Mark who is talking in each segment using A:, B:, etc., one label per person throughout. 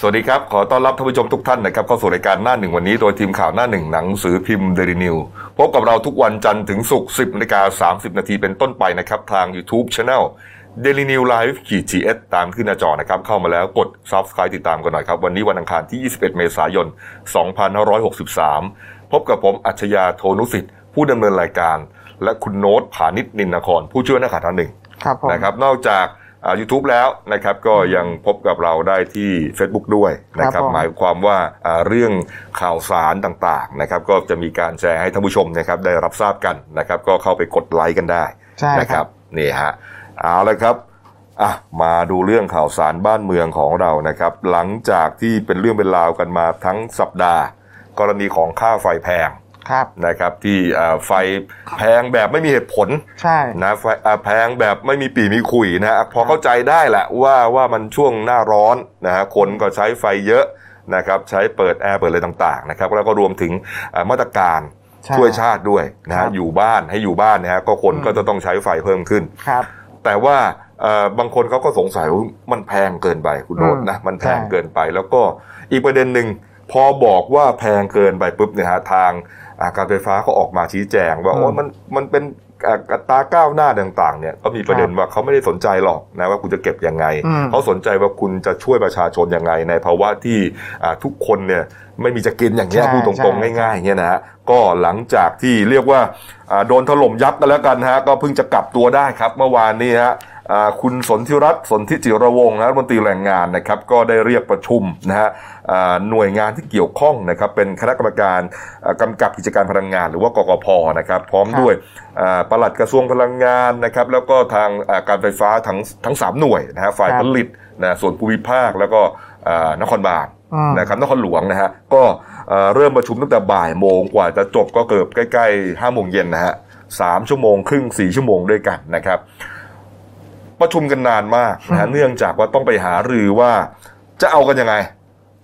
A: สวัสดีครับ ขอต้อนรับท่านผู้ชมทุกท่านนะครับเข้าสู่รายการหน้าหนึ่งวันนี้โดยทีมข่าวหน้าหนึ่งหนังสือพิมพ์เดลินิวพบกับเราทุกวันจันทร์ถึงศุกร์10นาฬิกา30 นาทีเป็นต้นไปนะครับ ทาง YouTube Channel d a i l y New Life ขีด GS ตามขึ้นหน้าจอนะครับ เข้ามาแล้วกด Subscribe ติดตามกันหน่อยครับ วันนี้วันอังคารที่ 21 เมษายน 2563 พบกับผมอัจฉริยะโทนุสิทธิ์ผู้ดำเนินรายการ และคุณโน้ตผานิชนินนคร ผู้ช่วยนักข่าวหน้าหนึ่ง
B: ครับผม
A: นะครับนอกจากยูทูบแล้วนะครับก็ยังพบกับเราได้ที่ Facebook ด้วยนะค
B: ครั
A: รับบ
B: ผม
A: หมายความว่าอ่าเรื่องข่าวสารต่างๆนะครับก็จะมีการแชร์ให้ท่านผู้ชมนะครับได้รับทราบกันนะครับก็เข้าไปกดไลค์กันได้
B: ใช่
A: นะ
B: ค
A: ค
B: รั
A: รับ บนี่ฮะเอาละครับอ่ะมาดูเรื่องข่าวสารบ้านเมืองของเรานะครับหลังจากที่เป็นเรื่องเป็นราวกันมาทั้งสัปดาห์ กรณีของค่าไฟแพง
B: ครับ
A: นะครับที่อ่าไฟแพงแบบไม่มีเหตุผล
B: ใช่
A: นะไฟอ่าแพงแบบไม่มีปีมีขุยนะพอเข้าใจได้แหละว่าว่ามันช่วงหน้าร้อนนะฮะคนก็ใช้ไฟเยอะนะครับใช้เปิดแอร์เปิดอะไรต่างๆนะครับแล้วก็รวมถึงอ่ามาตรการ
B: ใช่
A: ช่วยชาติด้วยนะ
B: ครั
A: ฮะ
B: บ
A: อยู่บ้านให้อยู่บ้านนะฮะก็คน
B: อืม
A: ก็จะต้องใช้ไฟเพิ่มขึ้น
B: ครับ
A: แต่ว่าเอ่อบางคนเขาก็สงสัยว่ามันแพงเกินไปคุณโนต
B: อืม
A: นะมันแพง
B: ใช่
A: เกินไป แล้วก็อีกประเด็นหนึ่งพอบอกว่าแพงเกินไปปุ๊บเนี่ยฮะทางอ่าการไฟฟ้าก็ออกมาชี้แจงว่าโอ้มันมันเป็นอ่าอัตราก้าวหน้าต่างๆเนี่ยก็มีประเด็นว่าเขาไม่ได้สนใจหรอกนะว่าคุณจะเก็บยังไง
B: อืม
A: เขาสนใจว่าคุณจะช่วยประชาชนยังไง ในภาวะที่อ่าทุกคนเนี่ยไม่มีจะกินอย่างเงี้ย
B: ใช่
A: พูดตรง
B: ใช่
A: ๆง่ายๆอย่างเงี้ยนะฮะก็หลังจากที่เรียกว่าอ่าโดนถล่มยับกันแล้วกันฮะก็เพิ่งจะกลับตัวได้ครับ เมื่อวานนี้ฮะอ่าคุณสนธิรัตน์สนธิจิรวงศ์นะรัฐมนตรีแรงงานนะครับก็ได้เรียกประชุมนะฮะอ่าหน่วยงานที่เกี่ยวข้องนะครับเป็นคณะกรรมการอ่ากำกับกิจการพลังงาน หรือว่ากกพนะครับพร้อม
B: ครับ
A: ด้วย อ่าปลัดกระทรวงพลังงานนะครับแล้วก็ทางอ่าการไฟฟ้าทั้งทั้งสามหน่วยนะฮะฝ่าย
B: ครับ
A: ผลิตนะส่วนภูมิภาคแล้วก็อ่านครบาล
B: อืม
A: นะครับนครหลวงนะฮะก็เอ่อเริ่มประชุมตั้งแต่บ่ายโมงกว่าจะจบก็เกือบใกล้ๆห้าโมงเย็นนะฮะสามชั่วโมงครึ่งสี่ชั่วโมงด้วยกันนะครับ ประชุมกันนานมากนะฮะเนื่องจากว่าต้องไปหารือว่าจะเอากันยังไง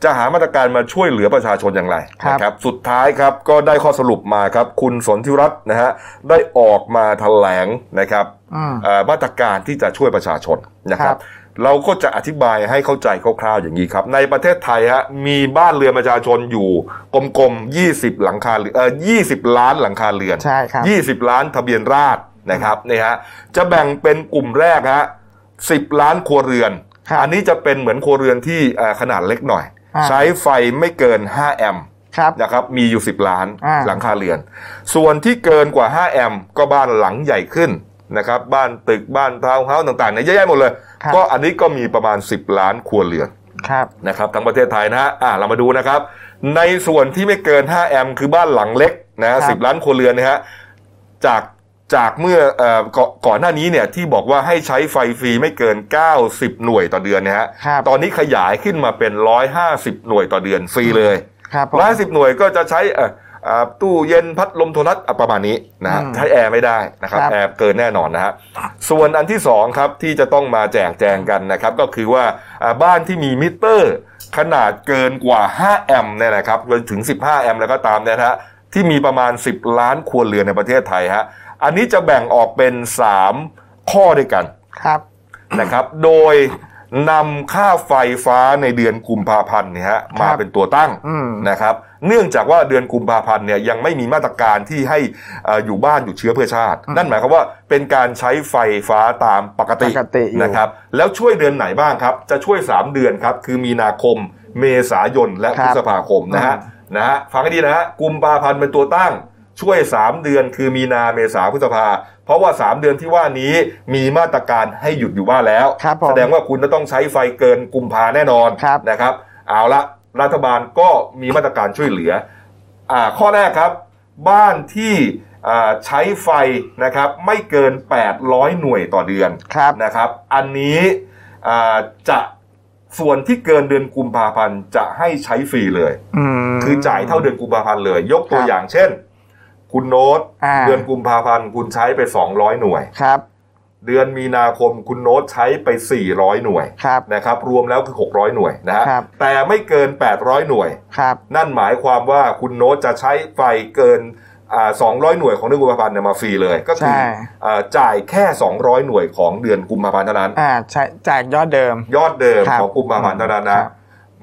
A: จะหามาตรการมาช่วยเหลือประชาชนอย่างไร
B: ครับ
A: นะครับสุดท้ายครับก็ได้ข้อสรุปมาครับ คุณสนธิรัตน์นะฮะได้ออกมาแถลงนะครับ
B: อืม
A: เอ่อมาตรการที่จะช่วยประชาชนนะครั
B: ครับ บ
A: เราก็จะอธิบายให้เข้าใจคร่าวๆอย่างนี้ครับ ในประเทศไทยฮะมีบ้านเรือนประชาชนอยู่กลมๆ20 หลังคาเรือนเอ่อ20 ล้านหลังคาเรือน
B: ใช่ครับ
A: 20 ล้านทะเบียนราษฎร์นะครับนี่ฮะจะแบ่งเป็นกลุ่มแรกฮะ10 ล้านครัวเรือน
B: ครับ
A: อันนี้จะเป็นเหมือนครัวเรือนที่เอ่อขนาดเล็กหน่อย
B: อ่า
A: ใช้ไฟไม่เกิน 5 แอมป์
B: ครับ
A: นะครับมีอยู่ 10 ล้าน
B: อ่า
A: หลังคาเรือน ส่วนที่เกินกว่า 5 แอมป์ก็บ้านหลังใหญ่ขึ้นนะครับบ้านตึกบ้านทาวน์เฮาส์ต่างๆเนี่ยเยอะแยะหมดเลย ก็อันนี้ก็มีประมาณ 10 ล้านครัวเรือน
B: ครับ
A: นะครับทั้งประเทศไทยนะฮะอ่ะเรามาดูนะครับ ในส่วนที่ไม่เกิน 5 แอมป์คือบ้านหลังเล็กนะฮะ
B: ครั
A: สิ
B: บ
A: ล้านครัวเรือนนะฮะจากจากเมื่อเอ่อก่อนก่อนหน้านี้เนี่ยที่บอกว่าให้ใช้ไฟฟรีไม่เกิน 90 หน่วยต่อเดือนนะฮะ
B: ครับ
A: ตอนนี้ขยายขึ้นมาเป็น 150 หน่วยต่อเดือนฟรีเลย
B: ครับผม
A: 150หน่วยก็จะใช้เอ่อเอ่อตู้เย็นพัดลมโทรทัศน์อ่ะประมาณนี้นะฮะ
B: อืม
A: ใช้แอร์ไม่ได้นะครับ
B: ครับ
A: แอร์เกินแน่นอนนะฮะส่วนอันที่สองครับที่จะต้องมาแจกแจงกันนะครับก็คือว่าอ่าบ้านที่มีมิเตอร์ ขนาดเกินกว่า 5 แอมป์เนี่ยนะครับจนถึง 15 แอมป์แล้วก็ตามเนี่ยนะฮะที่มีประมาณ 10 ล้านครัวเรือนในประเทศไทยฮะ อันนี้จะแบ่งออกเป็น 3 ข้อด้วยกัน
B: ครับ
A: นะครับ โดยนำค่าไฟฟ้าในเดือนกุมภาพันธ์เนี่ยฮะมาเป็นตัวตั้ง
B: อืม
A: นะครับ เนื่องจากว่าเดือนกุมภาพันธ์เนี่ยยังไม่มีมาตรการที่ให้เอ่ออยู่บ้านอยู่เชื้อเพื่อชาติ นั่นหมายความว่าเป็นการใช้ไฟฟ้าตามปกติ
B: ปกติอยู่
A: นะครับ แล้วช่วยเดือนไหนบ้างครับ จะช่วย 3 เดือนครับ คือมีนาคม เมษายนและพฤษภาคมนะฮะนะฮะฟังให้ดีนะฮะกุมภาพันธ์เป็นตัวตั้ง ช่วย 3 เดือนคือมีนาเมษาพฤษภา เพราะว่า 3 เดือนที่ว่านี้มีมาตรการให้หยุดอยู่บ้านแล้ว
B: ครับผม
A: แสดงว่าคุณจะต้องใช้ไฟเกินกุมภาแน่นอน
B: ครับ
A: นะครับ เอาละรัฐบาลก็มีมาตรการช่วยเหลืออ่าข้อแรกครับ บ้านที่อ่าใช้ไฟนะครับไม่เกิน 800 หน่วยต่อเดือน
B: ครับ
A: นะครับ อันนี้อ่าจะส่วนที่เกินเดือนกุมภาพันธ์จะให้ใช้ฟรีเลย
B: อืม
A: คือจ่ายเท่าเดือนกุมภาพันธ์เลย ยกตัว
B: ครับ
A: อย่างเช่น คุณโน้ต
B: อ่า
A: เดือนกุมภาพันธ์คุณใช้ไป 200 หน่วย
B: ครับ
A: เดือนมีนาคมคุณโน้ตใช้ไป 400 หน่วย
B: ครับ
A: นะครับรวมแล้วคือ 600 หน่วยนะฮะ
B: ครับ
A: แต่ไม่เกิน 800 หน่วย
B: ครับ
A: นั่นหมายความว่าคุณโน้ตจะใช้ไฟเกินอ่า200 หน่วยของเดือนกุมภาพันธ์เนี่ยมาฟรีเลย ก็คือ
B: ใช่
A: อ่าจ่ายแค่ 200 หน่วยของเดือนกุมภาพันธ์เท่านั้น
B: อ่าใช่จากยอดเดิม
A: ยอดเดิม
B: ครับ
A: ของกุมภาพันธ์เท่านั้นนะ
B: ครับ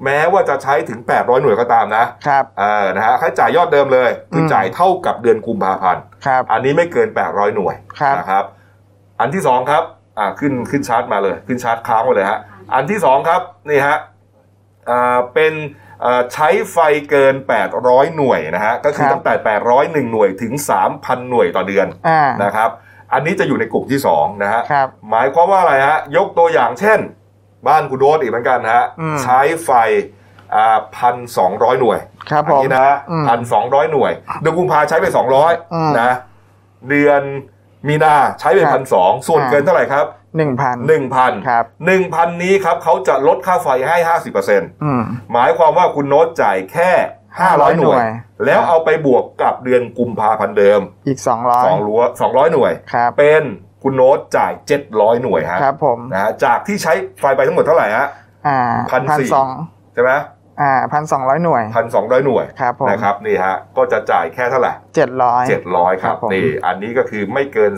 A: แม้ว่าจะใช้ถึง 800 หน่วยก็ตามนะครับ เออนะฮะค่าใช้จ่ายยอดเดิมเลย คืออ
B: ม
A: จ่ายเท่ากับเดือนกุมภาพันธ์
B: ครับ
A: อันนี้ไม่เกิน 800 หน่วย
B: ครับ
A: นะครับ อันที่สองครับ อ่า ขึ้น ขึ้นชาร์จมาเลย ขึ้นชาร์จค้างไว้เลยฮะ อันที่สองครับ นี่ฮะ อ่า เป็นอ่าใช้ไฟเกิน 800 หน่วยนะฮะ ก็คือ
B: ครับ
A: ตั้งแต่ 801 หน่วยถึง 3,000 หน่วยต่อเดือน
B: อ่า
A: นะครับ อันนี้จะอยู่ในกลุ่มที่สองนะฮะ
B: ครับ
A: หมายความว่าอะไรฮะ ยกตัวอย่างเช่น บ้านคุณโดสอีกเหมือนกันฮะ
B: อืม
A: ใช้ไฟ อ่าพันสองร้อยหน่วย
B: ครับผ
A: อัน
B: ม
A: นี้นะ
B: อืม
A: พันสองร้อยหน่วย เดือนกุมภาใช้ไปสองร้อย
B: อืม
A: นะ เดือนมีนาใช้ไป
B: ครั
A: พั
B: บ
A: นสองส่วน
B: อ่า
A: เกินเท่าไหร่ครับ
B: หนึ่งพัน
A: หนึ่งพัน
B: ครับ
A: หนึ่งพันนี้ครับเขาจะลดค่าไฟให้ห้าสิบเปอร์เซ็น
B: อืม
A: หมายความว่าคุณโน้ตจ่ายแค่ห้าร้อย
B: 500
A: หน่วย
B: หน่วย
A: แล้วเอาไปบวกกับเดือนกุมภาพันธ์เดิม
B: อีกสองร้อย
A: สองรั้วสองร้อยหน่วย
B: ครับ
A: เป็นคุณโน้ตจ่ายเจ็ดร้อยหน่วยฮะ
B: ครับผม
A: นะฮะจากที่ใช้ไฟไปทั้งหมดเท่าไหร่ฮะ
B: อ่า
A: 1,400
B: พันสอง
A: ใช่ไหม
B: อ่าพันสองร้อยหน่วย
A: พันสองร้อยหน่วย
B: ครับผม
A: นะครับนี่ฮะก็จะจ่ายแค่เท่าไหร่
B: เจ็ดร้อย
A: 700 ค
B: ครั
A: รับบ
B: ผม
A: นี่อันนี้ก็คือไม่เกิน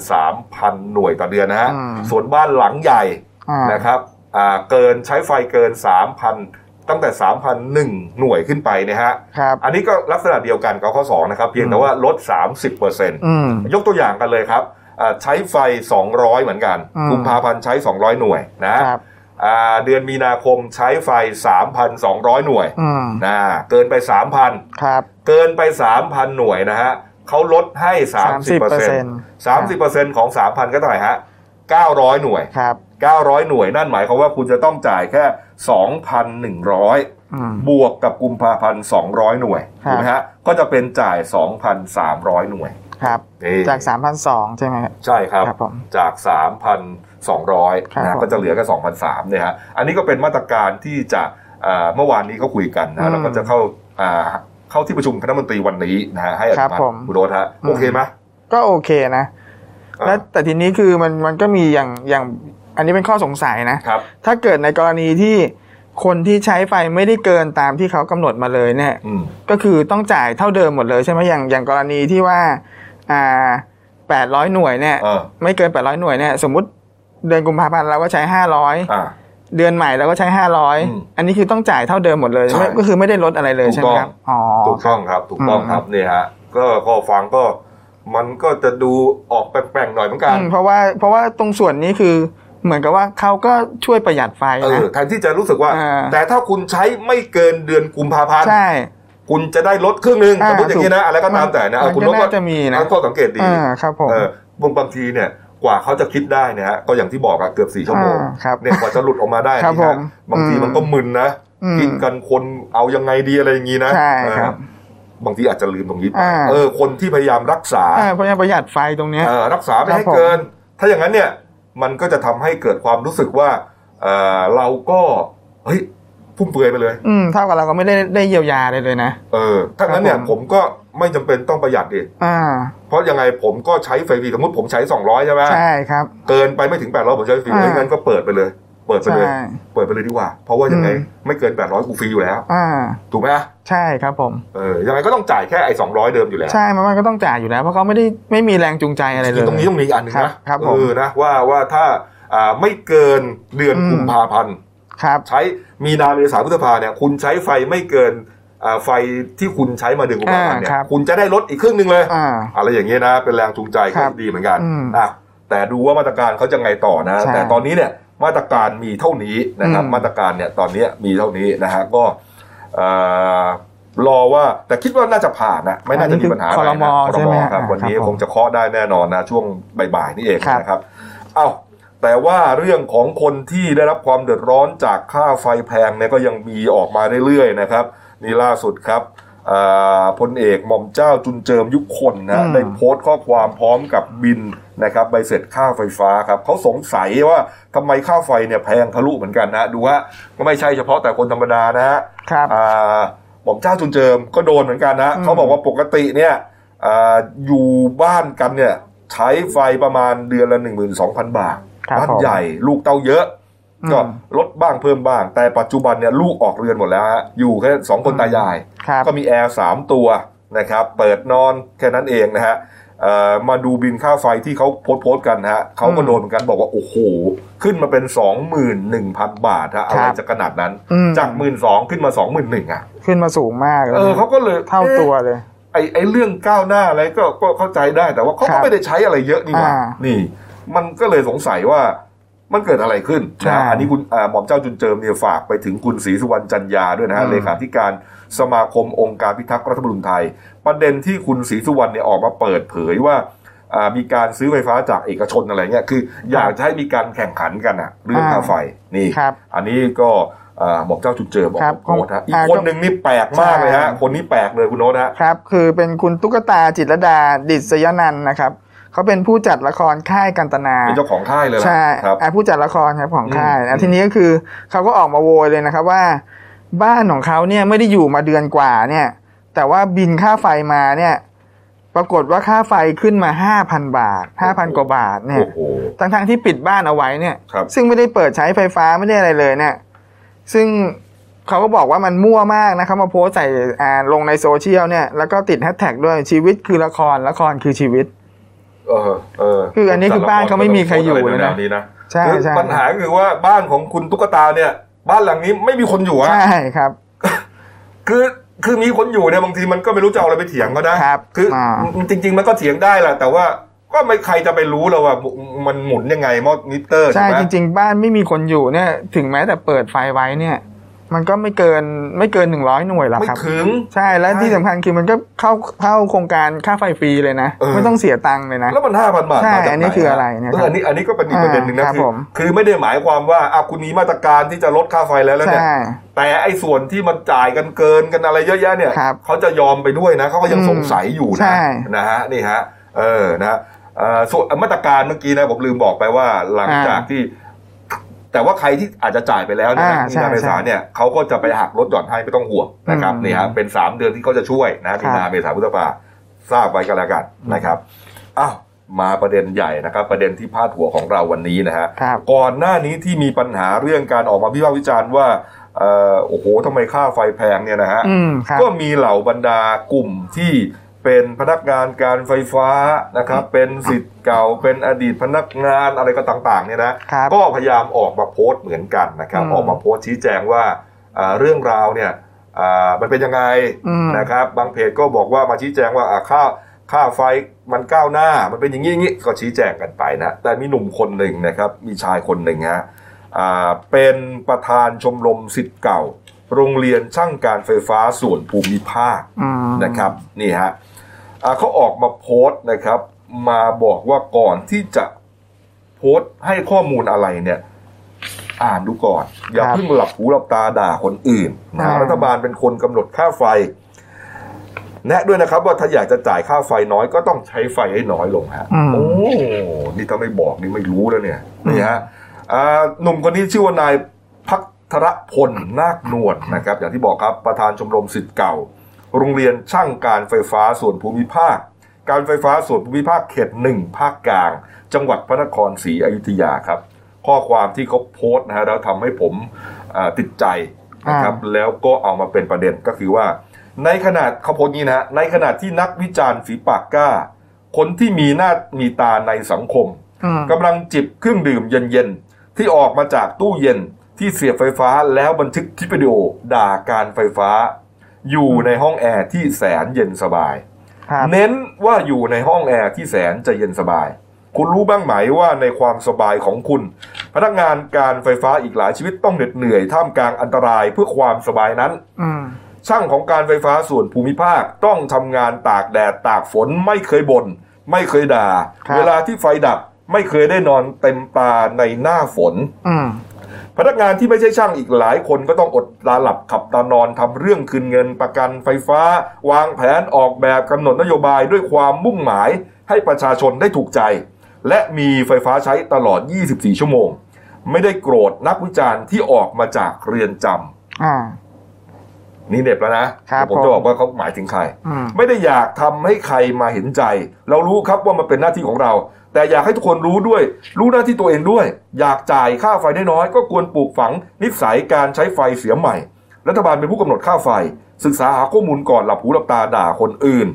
A: 3,000 หน่วยต่อเดือนนะฮะ
B: อืม
A: ส่วนบ้านหลังใหญ่
B: อ่า
A: นะครับอ่าเกินใช้ไฟเกิน 3,000 ตั้งแต่ 3,001 หน่วยขึ้นไปนะฮะ
B: ครับ
A: อันนี้ก็ลักษณะเดียวกันกับข้อ 2 นะครับ เพียงแต่ว่าลด 30%
B: อืม
A: ยกตัวอย่างกันเลยครับอ่าใช้ไฟ 200 เหมือนกัน
B: อืม
A: กุมภาพันธ์ใช้ 200 หน่วยนะครับ อ่าเดือนมีนาคมใช้ไฟ 3,200 หน่วย
B: อืม
A: นะเกินไป 3,000
B: ครับ
A: เกินไป 3,000 หน่วยนะฮะเขาลดให้ 30%
B: 30%
A: 30%ของ 3,000 ก็เท่าไหร่ฮะ 900 หน่วย
B: ครับ
A: 900 หน่วยนั่นหมายความว่าคุณจะต้องจ่ายแค่ 2,100
B: อืม
A: บวกกับกุมภาพันธ์200 หน่วย
B: ครับ
A: ถูกไหมฮะ ก็จะเป็นจ่าย 2,300 หน่วย
B: ครับ
A: นี่
B: จากสามพันสองใช่ไหมครับ
A: ใช่ครับ
B: ครับผม
A: จาก 3,200
B: ครับ
A: นะฮะ
B: ผม
A: ก็จะเหลือแค่2,300เนี่ยฮะ อันนี้ก็เป็นมาตรการที่จะเอ่อเมื่อวานนี้ก็คุยกันนะ
B: อื
A: ฮะ
B: ม
A: แล้วก็จะเข้าอ่าเข้าที่ประชุมคณะมนตรีวันนี้นะฮะให้อนุ
B: ครับ
A: มัติ
B: ผม
A: คุณโรสฮะ
B: อืม
A: โอเคไหม
B: ก็โอเคนะ
A: อ่า
B: แล้วแต่ทีนี้คือมันมันก็มีอย่างอย่างอันนี้เป็นข้อสงสัยนะ
A: ครับ
B: ถ้าเกิดในกรณีที่คนที่ใช้ไฟไม่ได้เกินตามที่เขากำหนดมาเลยเนี่ย
A: อืม
B: ก็คือต้องจ่ายเท่าเดิมหมดเลยใช่ไหมอย่างอย่างกรณีที่ว่าอ่าแปดร้อยหน่วยเนี่ย
A: เออ
B: ไม่เกินแปดร้อยหน่วยเนี่ยสมมติเดือนกุมภาพันธ์เราก็ใช้ห้าร้อย
A: อ่า
B: เดือนใหม่เราก็ใช้ห้าร้อย
A: อืม
B: อันนี้คือต้องจ่ายเท่าเดิมหมดเลย
A: ใช่
B: ไม่ก็คือไม่ได้ลดอะไรเลย
A: ถูก
B: ใช่ไหม
A: ต้อง
B: ครับอ๋อ
A: ถูกต้องครับถูกต้อง
B: อืม
A: ครับเนี่ยฮะก็ก็ฟังก็มันก็จะดูออกแปลกๆหน่อยเหมือนกัน
B: อืมเพราะว่าเพราะว่าตรงส่วนนี้คือเหมือนกับว่าเขาก็ช่วยประหยัดไฟ
A: เอ
B: นะ
A: อแทนที่จะรู้สึกว่า
B: อ่า
A: แต่ถ้าคุณใช้ไม่เกินเดือนกุมภาพันธ์
B: ใช่
A: คุณจะได้ลดครึ่งหนึ่ง
B: อ่า
A: สมมติอย่างนี้นะอะไรก็ตามแต่นะเออ
B: มัน
A: คุณโรส
B: ก็น่าจะมีนะ
A: ก็สังเกตดี
B: อ่าครับผม
A: เออบางบางทีเนี่ยกว่าเขาจะคิดได้เนี่ยฮะก็อย่างที่บอกอะเกือบสี่ชั่วโมง
B: อ่าครับ
A: เนี่ยกว่าจะหลุดออกมาได้
B: ครับ
A: นี่
B: ผ
A: ฮะ
B: ม
A: บางที
B: อืม
A: มันก็มึนนะ
B: อืม
A: คิดกันคนเอายังไงดีอะไรอย่างงี้นะ
B: ใช่
A: เออ
B: ครับ
A: บางทีอาจจะลืมตรงนี้ไป
B: อ่า
A: เออคนที่พยายามรักษา
B: อ่าเพราะฉะนั้นประหยัดไฟตรงเนี้ย
A: เออรักษาไม่ให้
B: ครับผม
A: เกิน ถ้าอย่างนั้นเนี่ยมันก็จะทำให้เกิดความรู้สึกว่าเออเราก็เฮ้ยพุ่มเปือยไปเลย
B: ืมเท่ากับเราก็ไม่ได้ได้เยียวยาเลยเลยนะ
A: เออถ้างั้นเนี่ย
B: ครับ
A: ผ
B: ผม ม
A: ก็ไม่จำเป็นต้องประหยัดดิ
B: อ่า
A: เพราะยังไงผมก็ใช้ไฟฟรีสมมติผมใช้ 200 ใช่ไหม
B: ใช่ครับ
A: เกินไปไม่ถึง 800 ผมใช้ฟรี
B: อ่า
A: เอ้ยงั้นก็เปิดไปเลย เปิดไป
B: ใช่
A: เลย เปิดไปเลยดีกว่า เพราะว่ายังไง
B: อืม
A: ไม่เกิน 800 กูฟรีอยู่แล้ว
B: อ่า
A: ถูกไหม
B: ใช่ครับผม
A: เออ ยังไงก็ต้องจ่ายแค่ไอ้ 200 เดิมอยู่แล้ว
B: ใช่มันมันก็ต้องจ่ายอยู่แล้วเพราะเขาไม่ได้ไม่มีแรงจูงใจอะไรเลย
A: ตรงนี้ต้องมีอีกอันหนึงนะครับ
B: ครับ
A: เอ
B: ผม
A: อนะว่าว่าถ้าอ่าไม่เกินเดือน
B: อืม
A: กุมภาพันธ์
B: ครับ
A: ใช้มีนาเมษาพฤษภาเนี่ยคุณใช้ไฟไม่เกินอ่าไฟที่คุณใช้มาเดือนกุมภาพันธ์เนี่ย
B: อ่าครับ
A: คุณจะได้ลดอีกครึ่งหนึ่งเลย
B: อ่า
A: อะไรอย่างเงี้ยนะเป็นแรงจูงใจ
B: ค
A: ก็
B: รับ
A: ดีเหมือนกัน
B: อืม
A: อ่ะแต่ดูว่ามาตรการเขาจะไงต่อนะ
B: ใช่
A: แต่ตอนนี้เนี่ยมาตรการมีเท่านี้นะครับ
B: อืม
A: มาตรการเนี่ยตอนนี้มีเท่านี้นะฮะก็เอ่อรอว่าแต่คิดว่าน่าจะผ่านนะไม่น่าจะมีปัญหาอะไร
B: อันนี้
A: นะ
B: คือคอรมอใช่ไหมฮะ
A: ครับวันนี้
B: ครับผม
A: คงจะเคาะได้แน่นอนนะช่วงบ่ายๆนี่เอง
B: ครับ
A: นะครับเอ้าแต่ว่าเรื่องของคนที่ได้รับความเดือดร้อนจากค่าไฟแพงเนี่ยก็ยังมีออกมาเรื่อยๆนะครับนี่ล่าสุดครับเอ่อพลเอกหม่อมเจ้าจุนเจิมยุคคล นะ
B: อืม
A: ได้โพสต์ข้อความพร้อมกับบินนะครับใบเสร็จค่าไฟฟ้าครับเขาสงสัยว่าทำไมค่าไฟเนี่ยแพงทะลุเหมือนกันนะ ดูฮะก็ไม่ใช่เฉพาะแต่คนธรรมดานะฮะ
B: ครับ
A: อ่าหม่อมเจ้าจุนเจิมก็โดนเหมือนกันนะ
B: อืม
A: เขาบอกว่าปกติเนี่ยอาอยู่บ้านกันเนี่ยใช้ไฟประมาณเดือนละ 12,000 บาท
B: ครับ
A: บ้าน
B: ผม
A: ใหญ่ลูกเต้าเยอะ
B: อืม
A: ก็ลดบ้างเพิ่มบ้าง แต่ปัจจุบันเนี่ยลูกออกเรือนหมดแล้วฮะอยู่แค่สองคนตายาย
B: ครับ
A: ก็มีแอร์สามตัวนะครับ เปิดนอนแค่นั้นเองนะฮะ เอ่อมาดูบินค่าไฟที่เขาโพสต์โพสต์กันฮะเขาก็โดนเหมือนกันบอกว่า โอ้โห ขึ้นมาเป็น 21,000 บาทฮะอะไร
B: ครับ
A: จะขนาดนั้น
B: อืม
A: จาก 1 2ื่นขึ้นมา 21,000อ่ะ
B: ขึ้นมาสูงมากลย
A: เออเขาก็เลย
B: เท่าตัวเลย
A: ไอ้ไอ้เรื่องก้าวหน้าอะไรก็ก็เข้าใจได้แต่ว่าเขา
B: ครั
A: ก็
B: บ
A: ไม่ได้ใช้อะไรเยอะนี่หว่า
B: อ่า
A: นี่ มันก็เลยสงสัยว่ามันเกิดอะไรขึ้น
B: ใช่
A: นะอันนี้คุณอ่าหม่อมเจ้าจุนเจิมเนี่ยฝากไปถึงคุณศรีสุวรรณจันยาด้วยนะฮะ
B: อืม
A: เลขาธิการสมาคมองค์การพิทักษ์รัฐบาลไทย ประเด็นที่คุณศรีสุวรรณเนี่ยออกมาเปิดเผยว่าอ่ามีการซื้อไฟฟ้าจากเอกชนอะไรเงี้ยคือ อยากจะให้มีการแข่งขันกันอะเรื่องค่าไฟนี่
B: ครับ
A: อันนี้ก็อ่าหม่อมเจ้าจุนเจอบอก
B: ครับ
A: โอ้โหนะอีก
B: อ่า
A: คนหนึ่งนี่แปลกมากเลยฮะ
B: ใช่
A: คนนี้แปลกเลยคุณโน้ตฮะ
B: ครับ คือเป็นคุณตุ๊กตาจิตรดาดิศยนันท์นะครับ เขาเป็นผู้จัดละครค่ายกันตนา
A: เป็นเจ้าของค่ายเลยล่ะ
B: ใช่
A: ครับ
B: อ่ะผู้จัดละครครับของค่าย
A: อืม
B: อ่ะทีนี้ก็คือเขาก็ออกมาโวยเลยนะครับว่า บ้านของเขาเนี่ยไม่ได้อยู่มาเดือนกว่าเนี่ย แต่ว่าบินค่าไฟมาเนี่ย ปรากฏว่าค่าไฟขึ้นมาห้าพันบาทห้าพัน
A: โอ้โห
B: กว่าบาทเนี่ย
A: โอ้โห
B: ทั้งทงๆที่ปิดบ้านเอาไว้เนี่ย
A: ครับ
B: ซึ่งไม่ได้เปิดใช้ไฟฟ้าไม่ได้อะไรเลยเนี่ย ซึ่งเขาก็บอกว่ามันมั่วมากนะครับมาโพสต์ใส่อ่าลงในโซเชียลเนี่ยแล้วก็ติดแฮชแท็กด้วยชีวิตคือละครละครคือชีวิต
A: เออเออ
B: คืออันนี้คือบ้านเขาไม่มีใครอยู่
A: เล
B: เลยย
A: แน
B: นะ
A: วนี้นะ
B: ใช่
A: คือ
B: ใช่
A: ปัญหาคือว่าบ้านของคุณตุ๊กตาเนี่ย บ้านหลังนี้ไม่มีคนอยู่อะ
B: ใช่ครับ
A: คือคือมีคนอยู่เนี่ยบางทีมันก็ไม่รู้จะเอาอะไรไปเถียงก็ได้
B: ครับ
A: คืออา จริง ๆ มันก็เถียงได้แหละแต่ว่าก็ไม่ใครจะไปรู้แล้วว่ามันหมุนยังไงมอนิเตอร์ถู
B: ใช่
A: กไหม
B: จริง ๆ บ้านไม่มีคนอยู่เนี่ย ถึงแม้แต่เปิดไฟไว้เนี่ย มันก็ไม่เกินไม่เกินหนึ่งร้อยหน่วยหรอก
A: ไม่
B: ครับ
A: ถึง
B: ใช่และ
A: ใช่
B: ที่สำคัญคือมันก็เข้าเข้าโครงการค่าไฟฟรีเลยนะ
A: เออ
B: ไม่ต้องเสียตังค์เลยนะ
A: แล้วมันห้าพันบาท
B: ใช่
A: มาจากไหน
B: อันนี้คืออะไรเนี่ย
A: เอออันนี้อันนี้ก็เป็นอีกประเด็นหนึ่งนะ
B: อ่าค
A: คื
B: รับ
A: อ
B: ผม
A: คือไม่ได้หมายความว่าอ่ะคุณมีมาตรการที่จะลดค่าไฟแล้วแล้วเนี่ย
B: ใช่
A: แต่ไอ้ส่วนที่มันจ่ายกันเกินกันอะไรเยอะแยะเนี่ย
B: ครับ
A: เขาจะยอมไปด้วยนะเขาก็ยัง
B: อืม
A: สงสัยอยู่
B: ใช่
A: นะนะฮะนี่ฮะเออนะเอ่อส่วนมาตรการเมื่อกี้นะผมลืมบอกไปว่าหลัง
B: อ่า
A: จากที่ แต่ว่าใครที่อาจจะจ่ายไปแล้วเนยนะ
B: อ่า
A: มี
B: ใช่
A: นาเมษาเนี่ยเขาก็จะไปหักลดหย่อนให้ไม่ต้องห่วงนะครับ
B: อืม
A: นี่ฮะเป็นสามเดือนที่เขาจะช่วยนะมี
B: ครับ
A: นาเมษาพฤษภาทราบไว้กันแล้วกันนะครับ อ้าวมาประเด็นใหญ่นะครับ ประเด็นที่พาดหัวของเราวันนี้นะฮะ
B: ครับ
A: ก่อนหน้านี้ที่มีปัญหาเรื่องการออกมาพิพากษ์วิจารณ์ว่าเออโอ้โหทำไมค่าไฟแพงเนี่ยนะฮะ
B: อืมครับ
A: ก็มีเหล่าบรรดากลุ่มที่เป็นพนักงานการไฟฟ้านะครับ เป็นสิทธิ์เก่าเป็นอดีตพนักงานอะไรก็ต่างๆเนี่ยนะครับ ก็พยายามออกมาโพสต์เหมือนกันนะครับ
B: อืม
A: ออกมาโพสต์ชี้แจงว่าเอ่อเรื่องราวเนี่ยเอ่อมันเป็นยังไง
B: อืม
A: นะครับ นะครับบางเพจก็บอกว่ามาชี้แจงว่าอ่าค่าค่าไฟมันก้าวหน้า มันเป็นอย่างนี้อย่างนี้ก็ชี้แจงกันไปนะ แต่มีหนุ่มคนหนึ่งนะครับ มีชายคนหนึ่งฮะอ่าเป็นประธานชมรมสิทธิ์เก่า โรงเรียนช่างการไฟฟ้าส่วนภูมิภาค
B: อืม
A: นะครับนี่ฮะอ่าเขาออกมาโพสต์นะครับ มาบอกว่าก่อนที่จะโพสต์ให้ข้อมูลอะไรเนี่ย อ่านดูก่อน อย่า
B: ครับ
A: เพิ่งหลับหูหลับตาด่าคนอื่นนะ
B: อ่ารั
A: รัฐบาลเป็นคนกำหนดค่าไฟ แนะด้วยนะครับว่าถ้าอยากจะจ่ายค่าไฟน้อยก็ต้องใช้ไฟให้น้อยลงฮะ
B: อืม
A: โอ้ นี่ถ้าไม่บอกนี่ไม่รู้แล้วเนี่ย นี่ฮะอ่าหนุ่มคนนี้ชื่อว่านายพัทรพลนาคนวลนะครับ อย่างที่บอกครับประธานชมรมสิทธิ์เก่า โรงเรียนช่างการไฟฟ้าส่วนภูมิภาค การไฟฟ้าส่วนภูมิภาคเขตหนึ่งภาคกลาง จังหวัดพระนครศรีอยุธยาครับ ข้อความที่เขาโพสต์นะฮะแล้วทำให้ผมอ่าติดใจนะครับ แล้วก็เอามาเป็นประเด็นก็คือว่า ในขณะเขาโพสต์นี้นะฮะในขณะที่นักวิจารณ์ฝีปากกล้า คนที่มีหน้ามีตาในสังคม
B: อืม
A: กำลังจิบเครื่องดื่มเย็นๆ ที่ออกมาจากตู้เย็นที่เสียบไฟฟ้าแล้วบันทึกคลิปวิดีโอด่าการไฟฟ้า อยู่ในห้องแอร์ที่แสนเย็นสบาย
B: ครับ
A: เน้นว่าอยู่ในห้องแอร์ที่แสนจะเย็นสบาย คุณรู้บ้างไหมว่าในความสบายของคุณ พนักงานการไฟฟ้าอีกหลายชีวิตต้องเหน็ดเหนื่อยท่ามกลางอันตรายเพื่อความสบายนั้น
B: อืม
A: ช่างของการไฟฟ้าส่วนภูมิภาคต้องทำงานตากแดดตากฝนไม่เคยบน่นไม่เคยด่า
B: ครับ
A: เวลาที่ไฟดับไม่เคยได้นอนเต็มตาในหน้าฝน
B: อืม
A: พนักงานที่ไม่ใช่ช่างอีกหลายคนก็ต้องอดตาหลับขับตานอนทำเรื่องคืนเงินประกันไฟฟ้า วางแผนออกแบบกำหนดนโยบายด้วยความมุ่งหมายให้ประชาชนได้ถูกใจ และมีไฟฟ้าใช้ตลอด 24 ชั่วโมง ไม่ได้โกรธนักวิจารณ์ที่ออกมาจากเรือนจำ
B: อ่า
A: นี่เหน็บแล้วนะครับ แต่ผม
B: ผม
A: จะบอกว่าเขาหมายถึงใคร
B: อืม
A: ไม่ได้อยากทำให้ใครมาเห็นใจ เรารู้ครับว่ามันเป็นหน้าที่ของเรา แต่อยากให้ทุกคนรู้ด้วย รู้หน้าที่ตัวเองด้วย อยากจ่ายค่าไฟได้น้อยๆก็ควรปลูกฝังนิสัยการใช้ไฟเสียใหม่ รัฐบาลเป็นผู้กำหนดค่าไฟ ศึกษาหาข้อมูลก่อนหลับหูหลับตาด่าคนอื่น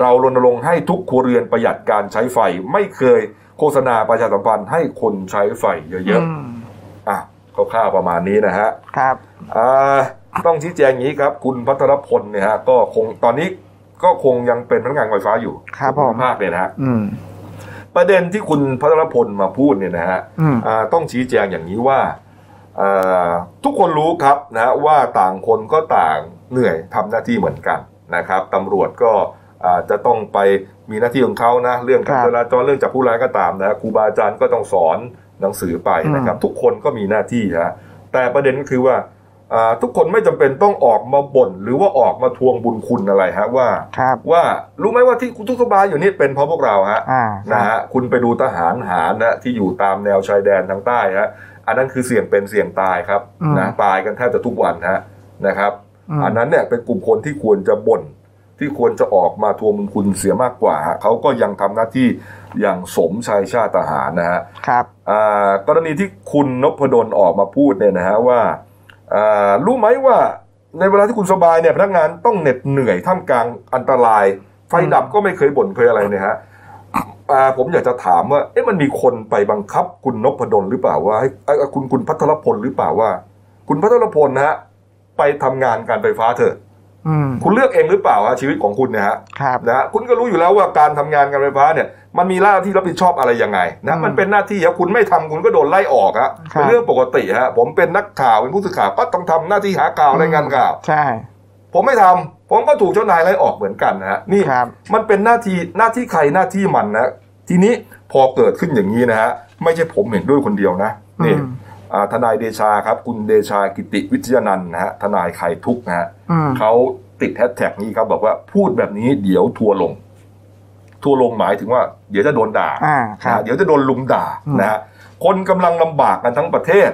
A: เรารณรงค์ให้ทุกครัวเรือนประหยัดการใช้ไฟ ไม่เคยโฆษณาประชาสัมพันธ์ให้คนใช้ไฟเยอะ
B: ม
A: ๆอ่ะคร่าวๆประมาณนี้นะฮะ
B: ครับ
A: อ่าต้องชี้แจงอย่างนี้ครับ คุณพัทรพลเนี่ยฮะก็คงตอนนี้ก็คงยังเป็นพนักงานไฟฟ้าอยู่
B: ครับผม
A: ภาคเนี่ยนะฮะ
B: อืม
A: ประเด็นที่คุณพัทรพลมาพูดเนี่ยนะฮะ
B: อืม
A: อ่าต้องชี้แจงอย่างนี้ว่าอ่าทุกคนรู้ครับนะฮะว่าต่างคนก็ต่างเหนื่อยทำหน้าที่เหมือนกันนะครับตำรวจก็อ่าจะต้องไปมีหน้าที่ของเขานะเรื่องการ
B: ค
A: จ
B: รับ
A: ราจรเรื่องจับผู้ร้ายก็ตามนะฮะครูบาอาจารย์ก็ต้องสอนหนังสือไปนะครับ ทุกคนก็มีหน้าที่ฮะแต่ประเด็นก็คือว่า อ่าทุกคนไม่จำเป็นต้องออกมาบ่นหรือว่าออกมาทวงบุญคุณอะไรฮะว่า
B: ครับ
A: ว่ารู้ไหมว่าที่ทุกสบายอยู่นี่เป็นเพราะพวกเราฮะ
B: อ่า
A: นะฮะคุณไปดูทหารหารนะที่อยู่ตามแนวชายแดนทางใต้ฮะอันนั้นคือเสี่ยงเป็นเสี่ยงตายครับ
B: อืม
A: นะตายกันแทบจะทุกวันฮะนะครับ
B: ม
A: อันนั้นเนี่ยเป็นกลุ่มคนที่ควรจะบ่นที่ควรจะออกมาทวงบุญคุณเสียมากกว่าฮะเขาก็ยังทำหน้าที่อย่างสมชายชาติทหารนะฮะ
B: ครับ
A: อ่ากรณีที่คุณนพดลออกมาพูดเนี่ยนะฮะว่าอ่ารู้ไหมว่าในเวลาที่คุณสบายเนี่ยพนักงานต้องเหน็ดเหนื่อยท่ามกลางอันตราย ไฟ
B: อืม
A: ดับก็ไม่เคยบ่นเคยอะไรเนี่ยฮะอ่าผมอยากจะถามว่าเอ๊ะมันมีคนไปบังคับคุณนพดลหรือเปล่าว่าให้เอ่อคุณคุณพัทรพลหรือเปล่าว่า คุณพัทรพลนะฮะไปทำงานการไฟฟ้าเถอะ
B: อืม
A: คุณเลือกเองหรือเปล่าฮะชีวิตของคุณเนี่ยฮะ
B: ครับ
A: นะฮะคุณก็รู้อยู่แล้วว่าการทำงานการไฟฟ้าเนี่ยมันมีหน้าที่รับผิดชอบอะไรยังไง
B: อื
A: นะ
B: ม
A: มันเป็นหน้าที่ครับคุณไม่ทำคุณก็โดนไล่ออกฮะ
B: ครับ
A: เป็นเรื่องปกติฮะผมเป็นนักข่าวเป็นผู้สื่อข่าวก็ต้องทำหน้าที่หาข่าวรายงานข่าว
B: ใช่
A: ผมไม่ทำผมก็ถูกเจ้านายไล่ออกเหมือนกันนะฮะนี่
B: ครับ
A: มันเป็นหน้าที่หน้าที่ใครหน้าที่มันนะทีนี้พอเกิดขึ้นอย่างนี้นะฮะไม่ใช่ผมเห็นด้วยคนเดียวนะนี่
B: อืม
A: อ่าทนายเดชาครับคุณเดชากิติวิทยานันท์นะฮะทนายใครทุกข์นะฮะ
B: อืม
A: เขาติดแฮชแท็กนี้ครับบอกว่าพูดแบบนี้เดี๋ยวทัวร์ลง ทัวร์ลงหมายถึงว่า เดี๋ยวจะโดนด่า
B: อ่าค
A: นะ
B: รับ
A: ฮะเดี๋ยวจะโดนลุมด่า
B: อืม
A: นะฮะคนกำลังลำบากกันทั้งประเทศ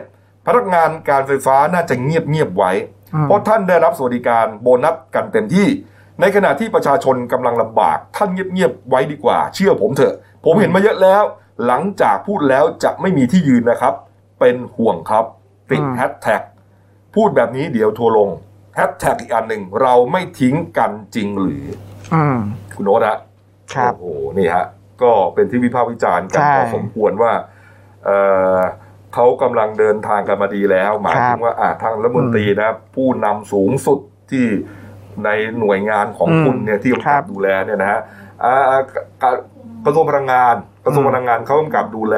A: พนักงานการไฟฟ้าน่าจะเงียบเงียบๆไว้
B: อืม
A: เพราะท่านได้รับสวัสดิการโบนัสกันเต็มที่ ในขณะที่ประชาชนกำลังลำบาก ท่านเงียบๆไว้ดีกว่า เชื่อผมเถอะ ผมเห็นมาเยอะแล้ว หลังจากพูดแล้วจะไม่มีที่ยืนนะครับ เป็นห่วงครับ ติด
B: อืม
A: แฮชแท็กพูดแบบนี้เดี๋ยวทัวร์ลงแฮชแท็กอีกอันหนึ่งเราไม่ทิ้งกันจริงหรือ
B: อืม
A: คุณโน้ตฮะ
B: ครับ
A: โอ้โหนี่ฮะก็เป็นที่วิพากษ์วิจารณ์กัน
B: ใช่
A: พอสมควรว่าเอ่อเขากำลังเดินทางกันมาดีแล้ว หมาย
B: ครั
A: ถึ
B: บ
A: งว่าอ่ะทางรัฐมนตรีนะผู้นำสูงสุดที่ในหน่วยงานของ
B: อืม
A: คุณเนี่ยที่กำ
B: ครั
A: กั
B: บบ
A: ดูแลเนี่ยนะฮะอ่าอ่ากกระทรวงพลังงานกระทรวง
B: อืม
A: พลังงานเขากำกับดูแล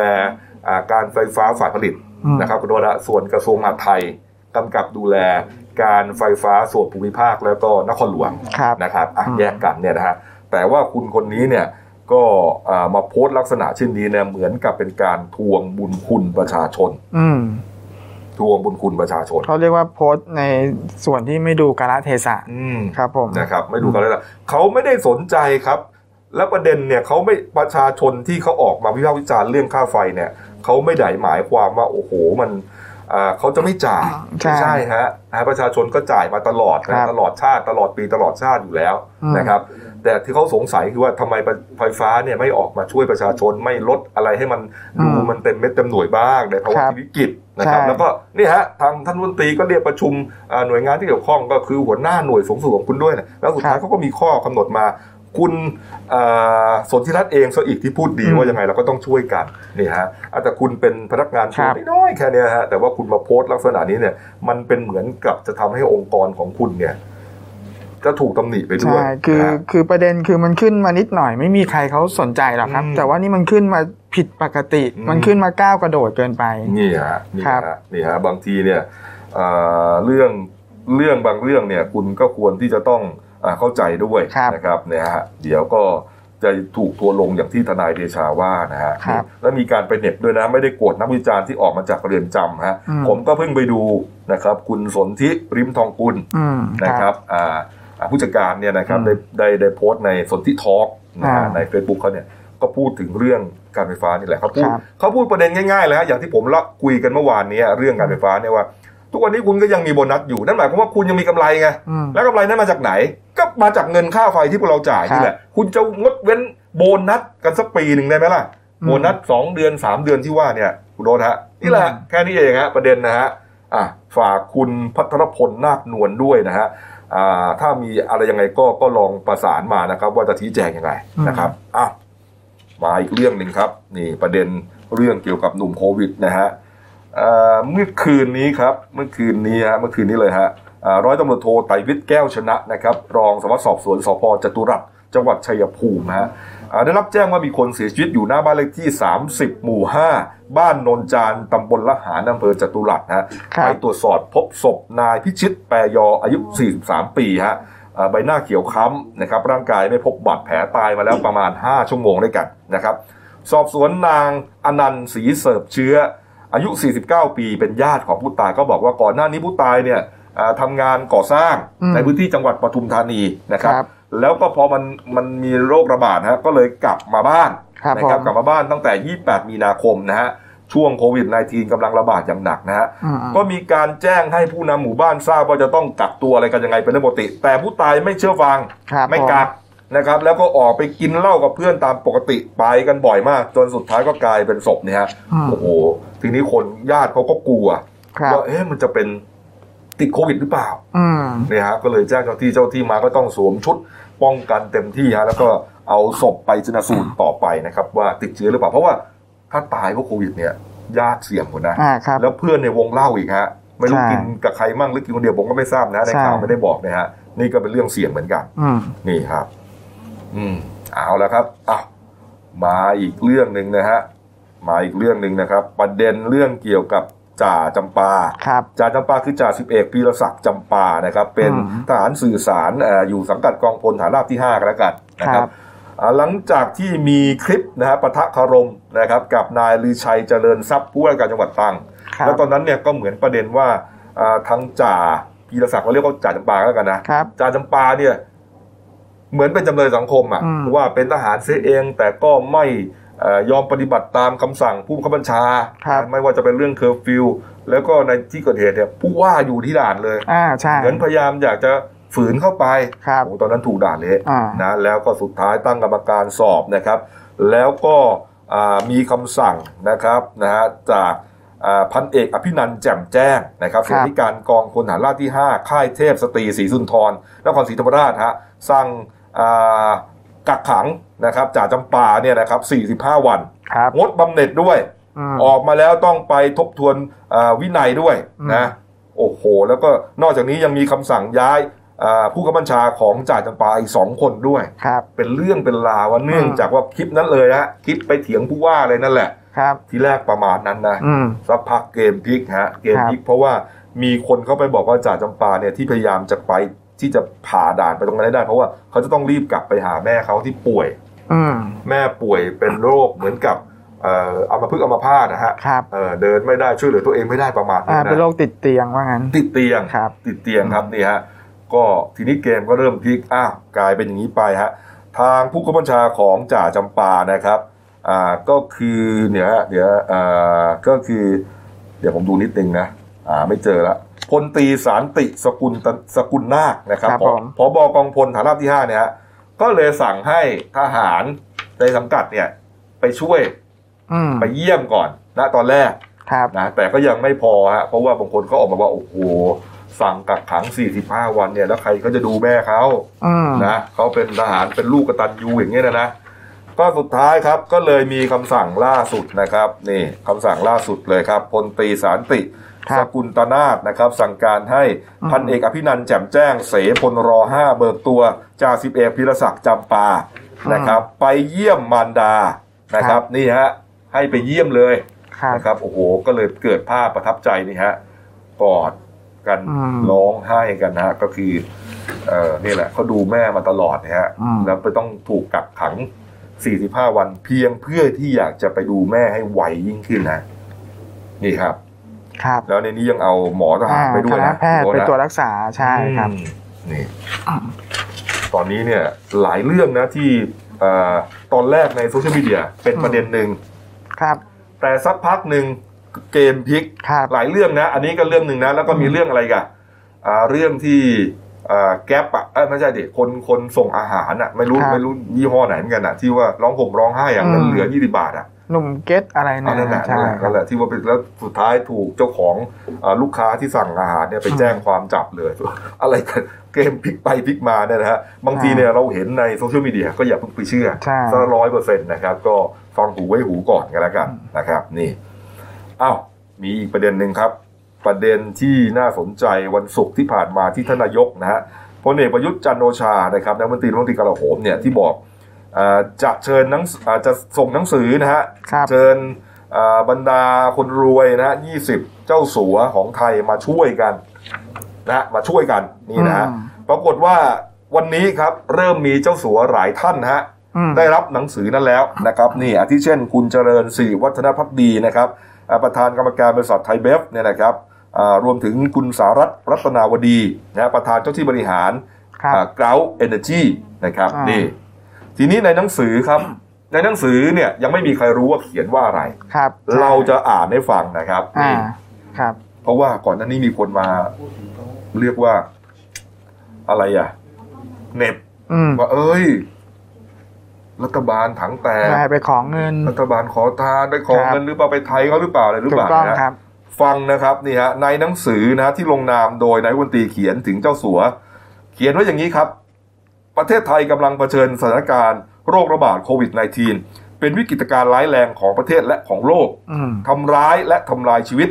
A: อ่าการไฟฟ้าฝ่ายผลิต
B: อืม
A: นะครับคุณโนตฮะส่วนกระทรวงมหาดไทยกำกับดูแลการไฟฟ้าส่วนภูมิภาคแล้วก็นครหลวง
B: ครับ
A: นะครับอ่ะ
B: อืม
A: แยกกันเนี่ยนะฮะแต่ว่าคุณคนนี้เนี่ยก็อ่ามาโพสต์ลักษณะเช่นนี้เนี่ยเหมือนกับเป็นการทวงบุญคุณประชาชน
B: อืม
A: ทวงบุญคุณประชาชน
B: เขาเรียกว่าโพสต์ในส่วนที่ไม่ดูกาลเทศะ
A: อืม
B: ครับผม
A: นะครับไม่ดูกันแล้วล่ะเขาไม่ได้สนใจครับ และประเด็นเนี่ยเขาไม่ประชาชนที่เขาออกมาวิพากษ์วิจารณ์เรื่องค่าไฟเนี่ยเขาไม่ได้หมายความว่าโอ้โหมันอ่าเขาจะไม่จ่าย
B: ใช่
A: ไม่ใช่ฮะอ่าประชาชนก็จ่ายมาตลอด
B: ครั
A: นะ
B: บ
A: ตลอดชาติตลอดปีตลอดชาติอยู่แล้ว
B: อืม
A: นะครับ แต่ที่เขาสงสัยคือว่าทำไมไฟฟ้าเนี่ยไม่ออกมาช่วยประชาชนไม่ลดอะไรให้มัน
B: อื
A: ดู
B: ม
A: มันเต็มเม็ดเต็มหน่วยบ้างในภาวะ
B: ครับ
A: ที่วิกฤตนะครับ
B: ใช่
A: แล้วก็นี่ฮะทางท่านรัฐมนตรีก็เรียกประชุมอ่าหน่วยงานที่เกี่ยวข้องก็คือหัวหน้าหน่วยสูงสุดของคุณด้วยนะแล้วสุดท้ายเขาก็มีข้อกำหนดมา คุณอ่าสนธิรัตน์เองซะอีกที่พูดดี
B: อืม
A: ว่ายังไงเราก็ต้องช่วยกันนี่ฮะอ่ะแต่คุณเป็นพนักงาน
B: ครั
A: เพีย
B: บ
A: งน้อยๆแค่เนี้ยฮะแต่ว่าคุณมาโพสต์ลักษณะนี้เนี่ย มันเป็นเหมือนกับจะทำให้องค์กรของคุณเนี่ย จะถูกตำหนิไปด้วย
B: ใช่คือ
A: นะฮะ
B: คือประเด็นคือมันขึ้นมานิดหน่อย ไม่มีใครเขาสนใจหรอกครับ
A: อืม
B: แต่ว่านี่มันขึ้นมาผิดปกติ
A: อืม
B: มันขึ้นมาก้าวกระโดดเกินไป
A: นี่ฮะนี่
B: ครับ
A: ฮะนี่ฮะบางทีเนี่ยเอ่อเรื่องเรื่องบางเรื่องเนี่ย คุณก็ควรที่จะต้องอาเข้าใจด้วย
B: ครับ
A: นะครับเนี่ยฮะเดี๋ยวก็จะถูกทัวร์ลงอย่างที่ทนายเดชาว่านะฮะ
B: ครับ
A: แล้วมีการไปเหน็บด้วยนะ ไม่ได้โกรธนักวิจารณ์ที่ออกมาจากเรือนจำฮะ
B: อืม
A: ผมก็เพิ่งไปดูนะครับ คุณสนธิริมทองกุล
B: อืม
A: นะครับอ่าอ่าผู้จัดการเนี่ยนะครับ
B: อืม
A: ได้ได้ได้โพสต์ในสนทิทอล์กนะฮะ
B: อ่า
A: ใน Facebook เขาเนี่ยก็พูดถึงเรื่องการไฟฟ้านี่แหละเขาพูด
B: ครับ
A: เขาพูดประเด็นง่ายๆเลยฮะอย่างที่ผมเล่าคุยกันเมื่อวานเนี้เรื่องการไฟฟ้าเนี่ยว่า ทุกวันนี้คุณก็ยังมีโบนัสอยู่นั่นหมายความว่าคุณยังมีกำไรไง
B: อืม
A: แล้วกำไรนั้นมาจากไหน ก็มาจากเงินค่าไฟที่พวกเราจ่ายนี่แหละคุณจะงดเว้นโบนัสกันสักปีหนึ่งได้ไหมล่ะ
B: อืม
A: โบนัสสองเดือนสามเดือนที่ว่าเนี่ยคุณโดนฮะนี่แหละ
B: อืม
A: แค่นี้เองฮะประเด็นนะฮะ อ่ะฝากคุณพัทรพลนาคนวลด้วยนะฮะ อ่าถ้ามีอะไรยังไงก็ก็ลองประสานมานะครับ ว่าจะชี้แจงยังไงนะครับอ่ะมาอีกเรื่องหนึ่งครับ นี่ประเด็นเรื่องเกี่ยวกับหนุ่มโควิดนะฮะ เอ่อเมื่อคืนนี้ครับเมื่อคืนนี้ฮะเมื่อคืนนี้เลยฮะอ่าร้อยตำรวจโทไตรวิทย์แก้วชนะนะครับ รองสารวัสดิ์สอบสวนสพจตุรัสจังหวัดชัยภูมิฮะอ่าได้รับแจ้งว่ามีคนเสียชีวิตอยู่หน้าบ้านเลขที่ 30 หมู่ 5 บ้านโนนจานตำบลละหารอำเภอจตุรัสฮะ
B: ครับ
A: ไปตรวจสอบพบศพนายพิชิตแปรยออายุ 43 ปีฮะอ่าใบหน้าเขียวค้ำนะครับร่างกายไม่พบบาดแผลตายมาแล้วประมาณ 5 ชั่วโมงด้วยกันนะครับ สอบสวนนางอนันต์ศรีเสิร์ฟเชื้อ อายุ 49 ปีเป็นญาติของผู้ตายก็บอกว่าก่อนหน้านี้ผู้ตายเนี่ยอ่าทำงานก่อสร้าง
B: อืม
A: ในพื้นที่จังหวัดปทุมธานีนะครับ
B: ครับ
A: แล้วก็พอมันมันมีโรคระบาดนะฮะก็เลยกลับมาบ้าน
B: ครับ
A: นะ
B: ผม
A: กลับมาบ้านตั้งแต่ 28 มีนาคมนะฮะช่วงโควิด -19 กำลังระบาดอย่างหนักนะฮะ
B: อืม
A: ก็มีการแจ้งให้ผู้นำหมู่บ้านทราบว่าจะต้องกักตัวอะไรกันยังไงเป็นเรื่องปกติ แต่ผู้ตายไม่เชื่อฟัง
B: ครับ
A: ไม่
B: ผม
A: กักนะครับแล้วก็ออกไปกินเหล้ากับเพื่อนตามปกติไปกันบ่อยมาก จนสุดท้ายก็กลายเป็นศพเนี่ยฮะ
B: อืม
A: โอ้โหทีนี้คนญาติเขาก็กลัว
B: ครับ
A: ว่าเอ๊ะมันจะเป็นติดโควิดหรือเปล่า
B: อืม
A: เนี่ยฮะก็เลยแจ้งเจ้าที่เจ้าที่มาก็ต้องสวมชุดป้องกันเต็มที่ฮะแล้วก็เอาศพไปชนะสูตรต่อไปนะครับว่าติดเชื้อหรือเปล่า เพราะว่าถ้าตายเพราะโควิดเนี่ยญาติเสี่ยงหมดนะ
B: อ่าครับ
A: แล้วเพื่อนในวงเล่าอีกฮะไม่รู้
B: ใช่
A: กินกับใครมั่งหรือกินคนเดียวผมก็ไม่ทราบนะในข่าว
B: ใช่
A: ไม่ได้บอกนะฮะนี่ก็เป็นเรื่องเสี่ยงเหมือนกัน
B: อืม
A: นี่ครับ อืม เอาแล้วครับอ้าวมาอีกเรื่องหนึ่งนะฮะ มาอีกเรื่องหนึ่งนะครับ ประเด็นเรื่องเกี่ยวกับจ่าจำปา
B: ครับ
A: จ่าจำปาคือจ่าสิบเอกพีรศักดิ์จำปานะครับ เป็น
B: อืม
A: ทหารสื่อสารเอออยู่สังกัดกองพลฐานราบที่5กันแล้วกันนะครั
B: ครับ บ
A: อ่าหลังจากที่มีคลิปนะฮะปะทะคารมนะครับ กับนายลือชัยเจริญทรัพย์ผู้ว่าการจังหวัดตรัง
B: ครับ
A: แล้วตอนนั้นเนี่ยก็เหมือนประเด็นว่าอ่าทางจ่าพีรศักดิ์เราเรียกว่าจ่าจำปาแล้วกันนะ
B: ครับ
A: จาจำปาเนี่ยเหมือนเป็นจำเลยสังคมอ่ะ
B: อืม
A: ว่าเป็นทหารเสียเอง แต่ก็ไม่เอ่อยอมปฏิบัติตามคำสั่งผู้บังคับบัญชา
B: ครับ
A: ไม่ว่าจะเป็นเรื่องเคอร์ฟิวแล้วก็ในที่เกิดเหตุเนี่ยผู้ว่าอยู่ที่ด่านเลย
B: อ่าใช่
A: เหมือนพยายามอยากจะฝืนเข้าไป
B: ครับ
A: โอ้ตอนนั้นถูกด่านเละ
B: อ่าน
A: นะแล้วก็สุดท้ายตั้งกรรมการสอบนะครับ แล้วก็อ่ามีคำสั่งนะครับนะฮะจากอ่าพันเอกอภินันท์แจ่มแจ้งนะครับส่วนที่การกองพลทหารราบที่ 5 ค่ายเทพสตรีศรีสุนทรนครศรีธรรมราชฮะสั่งอ่ากักขังนะครับจ่าจำปาเนี่ยนะครับ 45 วัน
B: ครับ
A: งดบำเหน็จด้วย
B: อืม
A: ออกมาแล้วต้องไปทบทวนเอ่อวินัยด้วย
B: อืม
A: นะโอ้โห แล้วก็นอกจากนี้ยังมีคำสั่งย้ายเอ่อผู้กำบัญชาของจ่าจำปาอีกสองคนด้วย
B: ครับ
A: เป็นเรื่องเป็นราวอะเนื่องจากว่าคลิปนั้นเลยฮะคลิปไปเถียงผู้ว่าเลยนั่นแหละ
B: ครับ
A: ทีแรกประมาณนั้นนะ
B: อืม
A: สักพักเกมพลิกฮะเกมพลิกเพราะว่ามีคนเข้าไปบอกว่าจ่าจำปาเนี่ยที่พยายามจะไปที่จะผ่าด่านไปตรงนั้นให้ได้ เพราะว่าเขาจะต้องรีบกลับไปหาแม่เขาที่ป่วย
B: อืม
A: แม่ป่วยเป็นโรคเหมือนกับเอ่ออัมพฤกษ์อัมพาตนะฮะ
B: ครับ
A: เออเดินไม่ได้ช่วยเหลือตัวเองไม่ได้ประมาณ
B: อ่า
A: นี้
B: เป็นโร
A: นะ
B: คติดเตียงว่างั้น
A: ติดเตียง
B: ครับ
A: ติดเตียงครับนี่ฮะก็ทีนี้เกมก็เริ่มพลิกอ้าวกลายเป็นอย่างนี้ไปฮะทางผู้กำกับบัญชาของจ่าจำปานะครับอ่าก็คือเนี่ยฮะเดี๋ยวอ่าก็คือ เดี๋ยวผมดูนิดนึงนะอ่าไม่เจอละพลตรีสารติสกุลตสกุลนาคนะครับ
B: ครับ
A: ผ
B: ผม
A: มพบกองพลฐานราบที่5เนี่ยฮะก็เลยสั่งให้ทหารในสังกัดเนี่ยไปช่วย
B: อืม
A: ไปเยี่ยมก่อนนะตอนแรก
B: ครับ
A: นะแต่ก็ยังไม่พอฮะเพราะว่าบางคนก็ออกมาว่า โอ้โห สั่งกักขัง 45 วันเนี่ยแล้วใครก็จะดูแม่เขา
B: อืม
A: นะเขาเป็นทหารเป็นลูกกตัญญูอย่างเงี้ยนะนะ ก็สุดท้ายครับก็เลยมีคำสั่งล่าสุดนะครับนี่คำสั่งล่าสุดเลยครับพลตรีสารติ
B: ครั
A: ส
B: บ
A: กุลตนาถนะครับ สั่งการให้
B: อืม
A: พันเอกอภินันท์แจ่มแจ้งเสพลรอห้าเบิกตัวจ่าสิบเอกพิรศักดิ์จำปานะครับ ไปเยี่ยมมารดานะครับนี่ฮะให้ไปเยี่ยมเลย
B: ครับ
A: นะครับโอ้โหก็เลยเกิดภาพประทับใจนี่ฮะกอดกัน
B: อืม
A: ร้องไห้กันนะฮะก็คือเอ่อนี่แหละเขาดูแม่มาตลอดนะฮะ
B: อืม
A: แล้วไปต้องถูกกักขัง 45 วันเพียงเพื่อที่อยากจะไปดูแม่ให้ไวยิ่งขึ้นนะ นี่ครับ
B: ครับ
A: แล้วในนี้ยังเอาหมอทหา
B: อ่าร
A: ไปด้
B: ค
A: วย
B: ณะ
A: นะ
B: แพทย์
A: คุณ
B: ไป
A: โอ๊ตนะ
B: ตรวจรักษา ใช่ครับ
A: อืมนี่ ตอนนี้เนี่ยหลายเรื่องนะที่เอ่อตอนแรกในโซเชียลมีเดียเป็นประเด็นหนึ่ง
B: ครับ
A: แต่สักพักหนึ่งเกมพลิก
B: ครับ
A: หลายเรื่องนะ อันนี้ก็เรื่องหนึ่งนะ แล้วก็มีเรื่องอะไรอีกันอ่าเรื่องที่อ่าแก๊ปอ่ะเอ้ยไม่ใช่ดิคนคนส่งอาหารอ่ะ ไม่รู้
B: ครับ
A: ไม่รู้ยี่ห้อไหนเหมือนกันอ่ะ ที่ว่าร้องผมร้องไห้อ่ะเงิน
B: อืม
A: เหลือยี่สิบาทอ่ะ
B: หนุ่มเก็ตอะไร
A: อั
B: นะ
A: นนั้นแหละนั่นแหละนั่นแหละที่ว่าเป็นแล้วสุดท้ายถูกเจ้าของอ่าลูกค้าที่สั่งอาหารเนี่ยไปแจ้งความจับเลย อะไรกันเกมพลิกไปพลิกมาเนี่ยนะฮะบางทีเนี่ยเราเห็นในโซเชียลมีเดียก็อย่าเพิ่งไปเชื่อ
B: ใช่
A: ซะร้อยเปอร์เซ็นต์นะครับ ก็ฟังหูไว้หูก่อนกันแล้วกันนะครับ นี่อ้าวมีอีกประเด็นหนึ่งครับ ประเด็นที่น่าสนใจวันศุกร์ที่ผ่านมาที่ทานนายกนะฮะพลเอกประยุทธ์จันทร์โอชานะครับรัฐมนตรีรัฐมนตรีกลาโหมเนี่ยที่บอกเอ่อจะเชิญหนังสืออ่าจะส่งหนังสือนะฮะ
B: ครับ
A: เชิญเอ่อบรรดาคนรวยนะฮะยี่สิบเจ้าสัวของไทยมาช่วยกันนะมาช่วยกันนี่นะฮะ
B: อืม
A: ปรากฏว่าวันนี้ครับเริ่มมีเจ้าสัวหลายท่านฮะ
B: อืม
A: ได้รับหนังสือนั้นแล้วนะครับนี่อาทิเช่น คุณเจริญสิริวัฒนพักดีนะครับอ่าประธานกรรมการบริษัทไทยเบฟเนี่ยนะครับอ่ารวมถึงคุณสารัตน์รัตนาวดีนะฮะประธานเจ้าที่บริหาร
B: ครับ
A: กราวเอเนอร์จีนะครับ
B: อ่า
A: นี่
B: นี่
A: ทีนี้ในหนังสือครับ ในหนังสือเนี่ยยังไม่มีใครรู้ว่าเขียนว่าอะไร
B: ครับ
A: เราจะอ่านให้ฟังนะครับ
B: อ่า
A: นี่
B: ครับ
A: เพราะว่าก่อนหน้านี้มีคนมา เรียกว่าอะไรอ่ะเหน็บ
B: อืม
A: ว่าเอ้ย รัฐบาลถังแตก
B: นายไปของเงิน
A: รัฐบาลขอทานได้ของ
B: ครับ
A: เงินหรือเปล่าไปไทยเขาหรือเปล่าอะไรหรือ
B: ถู
A: เป
B: ก
A: ล่า
B: ต้อง
A: นะ
B: ครับ
A: ฟังนะครับนี่ฮะในหนังสือนะที่ลงนามโดยนายกรัฐมนตรีเขียนถึงเจ้าสัว เขียนไว้อย่างนี้ครับ ประเทศไทยกำลังเผชิญสถานการณ์โรคระบาดโควิด -19 เป็นวิกฤตการณ์ร้ายแรงของประเทศและของโลก
B: อืม
A: ทำร้ายและทำลายชีวิต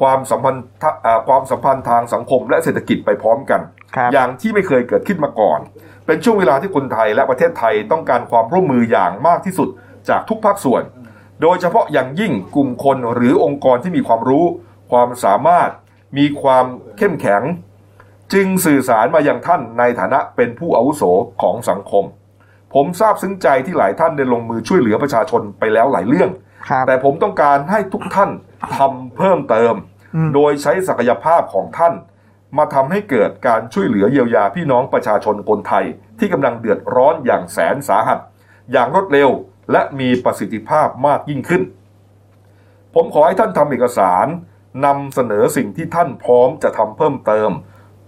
A: ความสัมพันธ์ทะอ่าความสัมพันธ์ทางสังคมและเศรษฐกิจไปพร้อมกัน
B: ครับ
A: อย่างที่ไม่เคยเกิดขึ้นมาก่อน เป็นช่วงเวลาที่คนไทยและประเทศไทยต้องการความร่วมมืออย่างมากที่สุดจากทุกภาคส่วน โดยเฉพาะอย่างยิ่งกลุ่มคนหรือองค์กรที่มีความรู้ ความสามารถ มีความเข้มแข็ง จึงสื่อสารมาอย่างท่านในฐานะเป็นผู้อาวุโสของสังคม ผมซาบซึ้งใจที่หลายท่านได้ลงมือช่วยเหลือประชาชนไปแล้วหลายเรื่อง
B: ครับ
A: แต่ผมต้องการให้ทุกท่านทำเพิ่มเติม
B: อืม
A: โดยใช้ศักยภาพของท่าน มาทำให้เกิดการช่วยเหลือเยียวยาพี่น้องประชาชนคนไทย ที่กำลังเดือดร้อนอย่างแสนสาหัส อย่างรวดเร็วและมีประสิทธิภาพมากยิ่งขึ้น ผมขอให้ท่านทำเอกสารนำเสนอสิ่งที่ท่านพร้อมจะทำเพิ่มเติม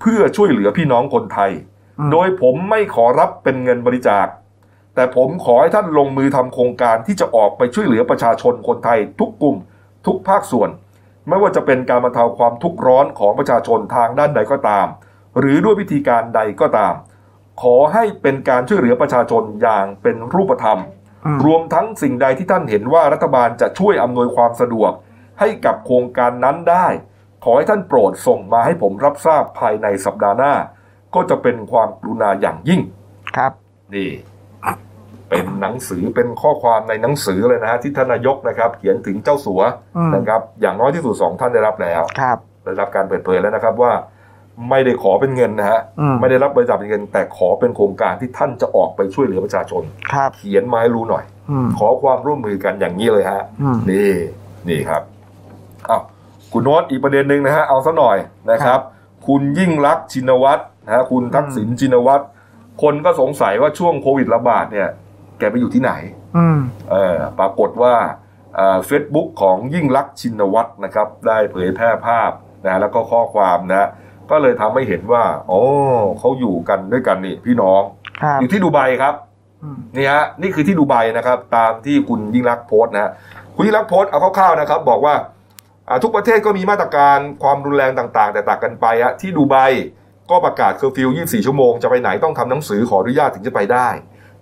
A: เพื่อช่วยเหลือพี่น้องคนไทย
B: อืม
A: โดยผมไม่ขอรับเป็นเงินบริจาค แต่ผมขอให้ท่านลงมือทำโครงการที่จะออกไปช่วยเหลือประชาชนคนไทย ทุกกลุ่ม ทุกภาคส่วน ไม่ว่าจะเป็นการบรรเทาความทุกข์ร้อนของประชาชนทางด้านใดก็ตาม หรือด้วยวิธีการใดก็ตาม ขอให้เป็นการช่วยเหลือประชาชนอย่างเป็นรูปธรรม
B: อืม
A: รวมทั้งสิ่งใดที่ท่านเห็นว่ารัฐบาลจะช่วยอำนวยความสะดวก ให้กับโครงการนั้นได้ ขอให้ท่านโปรดส่งมาให้ผมรับทราบภายในสัปดาห์หน้า ก็จะเป็นความกรุณาอย่างยิ่ง
B: ครับ
A: นี่เป็นหนังสือเป็นข้อความในหนังสือเลยนะฮะที่ทานนายกนะครับ เขียนถึงเจ้าสัว
B: อืม
A: นะครับ อย่างน้อยที่สุดสองท่านได้รับแล้ว
B: ครับ
A: ได้รับการเปิดเผยแล้วนะครับว่า ไม่ได้ขอเป็นเงินนะฮะ
B: อืม
A: ไม่ได้รับบริจาคเป็นเงิน แต่ขอเป็นโครงการที่ท่านจะออกไปช่วยเหลือประชาชน
B: ครับ
A: เขียนมาให้รู้หน่อย
B: อืม
A: ขอความร่วมมือกันอย่างนี้เลยฮะ
B: อืม
A: นี่นี่ครับอ้าวคุณโน้ตอีกประเด็นหนึ่งนะฮะเอาซะหน่อยนะครับ คุณยิ่งรักษณ์ชินวัตรนะฮะคุณทักษิณชินวัตรคนก็สงสัยว่าช่วงโควิดระบาดเนี่ย แกไปอยู่ที่ไหน
B: อืม
A: เออปรากฏว่าเฟซบุ๊กของยิ่งลักษณ์ชินวัตรนะครับ ได้เผยแพร่ภาพนะแล้วก็ข้อความนะก็เลยทำให้เห็นว่าโอ้เขาอยู่กันด้วยกันนี่พี่น้อง
B: ครับ
A: อยู่ที่ดูไบครับ
B: อืม
A: นี่ฮะนี่คือที่ดูไบนะครับ ตามที่คุณยิ่งรักษณ์โพสต์นะฮะคุณยิ่งรักษณ์โพสต์เอาคร่าวๆนะครับ บอกว่าอ่าทุกประเทศก็มีมาตรการความรุนแรงต่างๆ แต่ต่างกันไปฮะที่ดูไบก็ประกาศเคอร์ฟิว 24 ชั่วโมง จะไปไหนต้องทำหนังสือขออนุญาตถึงจะไปได้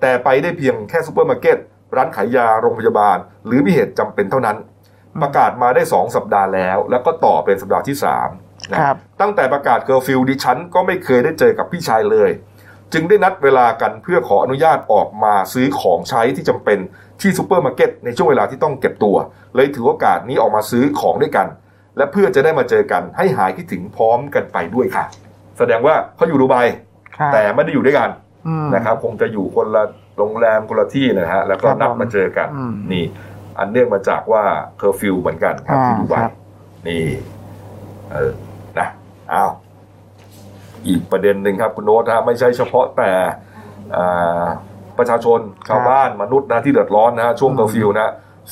A: แต่ไปได้เพียงแค่ซูเปอร์มาร์เก็ตร้านขายยาโรงพยาบาล หรือมีเหตุจำเป็นเท่านั้น ประกาศมาได้ 2 สัปดาห์แล้ว แล้วก็ต่อเป็นสัปดาห์ที่3นะครับ ตั้งแต่ประกาศเคอร์ฟิวดิฉันก็ไม่เคยได้เจอกับพี่ชายเลย จึงได้นัดเวลากันเพื่อขออนุญาตออกมาซื้อของใช้ที่จำเป็นที่ซูเปอร์มาร์เก็ตในช่วงเวลาที่ต้องเก็บตัว เลยถือโอกาสนี้ออกมาซื้อของด้วยกัน และเพื่อจะได้มาเจอกันให้หายคิดถึงพร้อมกันไปด้วยค่ะ แสดงว่าเขาอยู่ดูไบ
B: ครับ
A: แต่ไม่ได้อยู่ด้วยกัน
B: อืม
A: นะครับคงจะอยู่คนละโรงแรมคนละที่นะฮะแล้วก็
B: ครับ
A: นัด
B: ผม
A: มาเจอกัน
B: อืม
A: นี่ อันเนื่องมาจากว่าเคอร์ฟิวเหมือนกันครับ
B: อ่า
A: ที่ดูไบ
B: ครับ
A: นี่เออนะอ้าวอีกประเด็นหนึ่งครับคุณโน้ตฮะไม่ใช่เฉพาะแต่อ่าประชาชนชาว
B: ครับ
A: บ้านมนุษย์นะที่เดือดร้อนนะฮะช่วง
B: อืม
A: เคอร์ฟิวนะ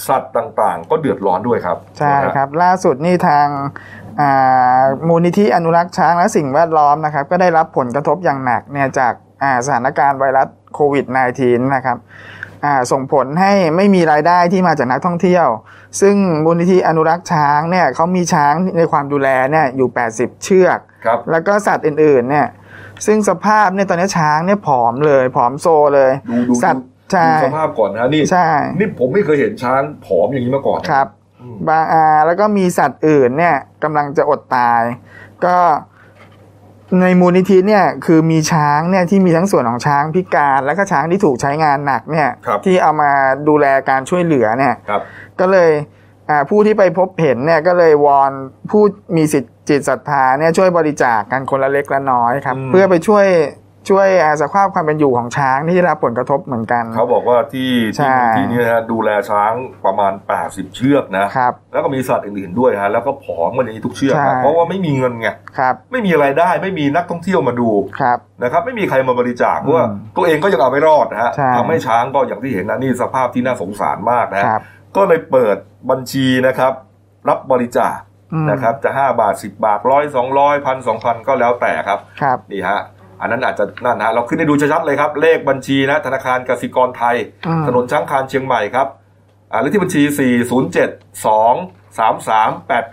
A: สัตว์ต่างๆ ก็เดือดร้อนด้วยครับ
B: ใช่
A: นะฮะ
B: ครับ ล่าสุดนี่ทางอ่ามูลนิธิอนุรักษ์ช้างและสิ่งแวดล้อมนะครับ ก็ได้รับผลกระทบอย่างหนักเนี่ยจากอ่าสถานการณ์ไวรัสโควิด -19 นะครับ อ่าส่งผลให้ไม่มีรายได้ที่มาจากนักท่องเที่ยว ซึ่งมูลนิธิอนุรักษ์ช้างเนี่ยเขามีช้างในความดูแลเนี่ยอยู่ 80 เชือก
A: ครับ
B: แล้วก็สัตว์อื่นๆเนี่ยซึ่งสภาพเนี่ยตอนนี้ช้างเนี่ยผอมเลยผอมโซเลย
A: ดูดู
B: สัต
A: ดู
B: ว์ใช่
A: ดูสภาพก่อนนะนี่
B: ใช่
A: นี่ผมไม่เคยเห็นช้างผอมอย่างนี้มาก่อนนะครับ
B: บางอาแล้วก็มีสัตว์อื่นเนี่ยกำลังจะอดตาย ก็ในมูลนิธิเนี่ยคือมีช้างเนี่ยที่มีทั้งส่วนของช้างพิการแล้วก็ช้างที่ถูกใช้งานหนักเนี่ย
A: ครับ
B: ที่เอามาดูแลการช่วยเหลือเนี่ย
A: ครับ
B: ก็เลยอ่าผู้ที่ไปพบเห็นเนี่ยก็เลยวอนผู้มีสิทธิ์จิตศรัทธาเนี่ยช่วยบริจาคกันคนละเล็กละน้อยครับ เพื่อไปช่วยช่วยอ่าสภาพความเป็นอยู่ของช้างที่ได้รับผลกระทบเหมือนกัน
A: เขาบอกว่าที่
B: ใช่
A: ที่ที่นี่นะฮะดูแลช้างประมาณ 80 เชือกนะ
B: ครับ
A: แล้วก็มีสัตว์อื่นๆด้วยฮะแล้วก็ผอมกันอย่างนี้ทุกเชือก
B: ใช่
A: ฮะเพราะว่าไม่มีเงินไง
B: ครับ
A: ไม่มีรายได้ไม่มีนักท่องเที่ยวมาดู
B: ครับ
A: นะครับ ไม่มีใครมาบริจาคเพราะ
B: อืม
A: ว่าตัวเองก็ยังเอาไม่รอดนะฮะ
B: ใช่
A: ทำให้ช้างก็อย่างที่เห็นนะนี่สภาพที่น่าสงสารมากนะฮะ
B: ครับ
A: ก็เลยเปิดบัญชีนะครับ รับบริจาค
B: อืม
A: นะครับจะ 5 บาท 10 บาทร้อยสองร้อยพันสองพันก็แล้วแต่ครับ
B: ครับ
A: นี่ฮะ อันนั้นอาจจะนั่นฮะเราขึ้นให้ดูชัดๆเลยครับ เลขบัญชีนะ ธนาคารกสิกรไทย
B: อืม
A: ถนนช้างคานเชียงใหม่ครับอ่าเลขที่บัญชี 4 0 7 2 3 3 8 8 8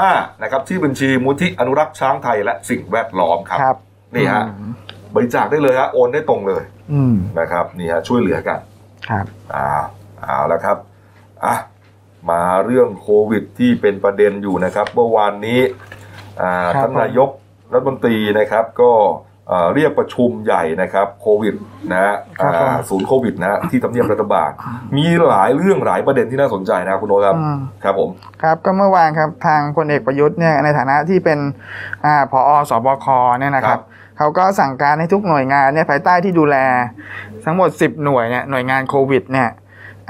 A: 5นะครับชื่อบัญชีมูลที่อนุรักษ์ช้างไทยและสิ่งแวดล้อมครับ
B: ครับ
A: นี่ฮะ
B: อืม
A: บริจาคได้เลยฮะโอนได้ตรงเลย
B: อืม
A: นะครับนี่ฮะช่วยเหลือกัน
B: ครับ
A: อ่าเอาละครับอ่ะมาเรื่องโควิดที่เป็นประเด็นอยู่นะครับ เมื่อวานนี้อ่า
B: ครับ
A: ท่าน
B: ผม
A: นายกรัฐมนตรีนะครับก็เอ่อเรียกประชุมใหญ่นะครับโควิดนะฮะอ่าศูนย์โควิดนะฮะที่ทำเนียบรัฐบาล มีหลายเรื่องหลายประเด็นที่น่าสนใจนะครับคุณโนตครับ
B: อืม
A: ครับผม
B: ครับก็เมื่อวานครับทางพลเอกประยุทธ์เนี่ยในฐานะที่เป็นอ่าผอสบคเนี่ยนะค
A: ครั
B: รั
A: บบ
B: เขาก็สั่งการให้ทุกหน่วยงานเนี่ยภายใต้ที่ดูแลทั้งหมด 10 หน่วยเนี่ยหน่วยงานโควิดเนี่ย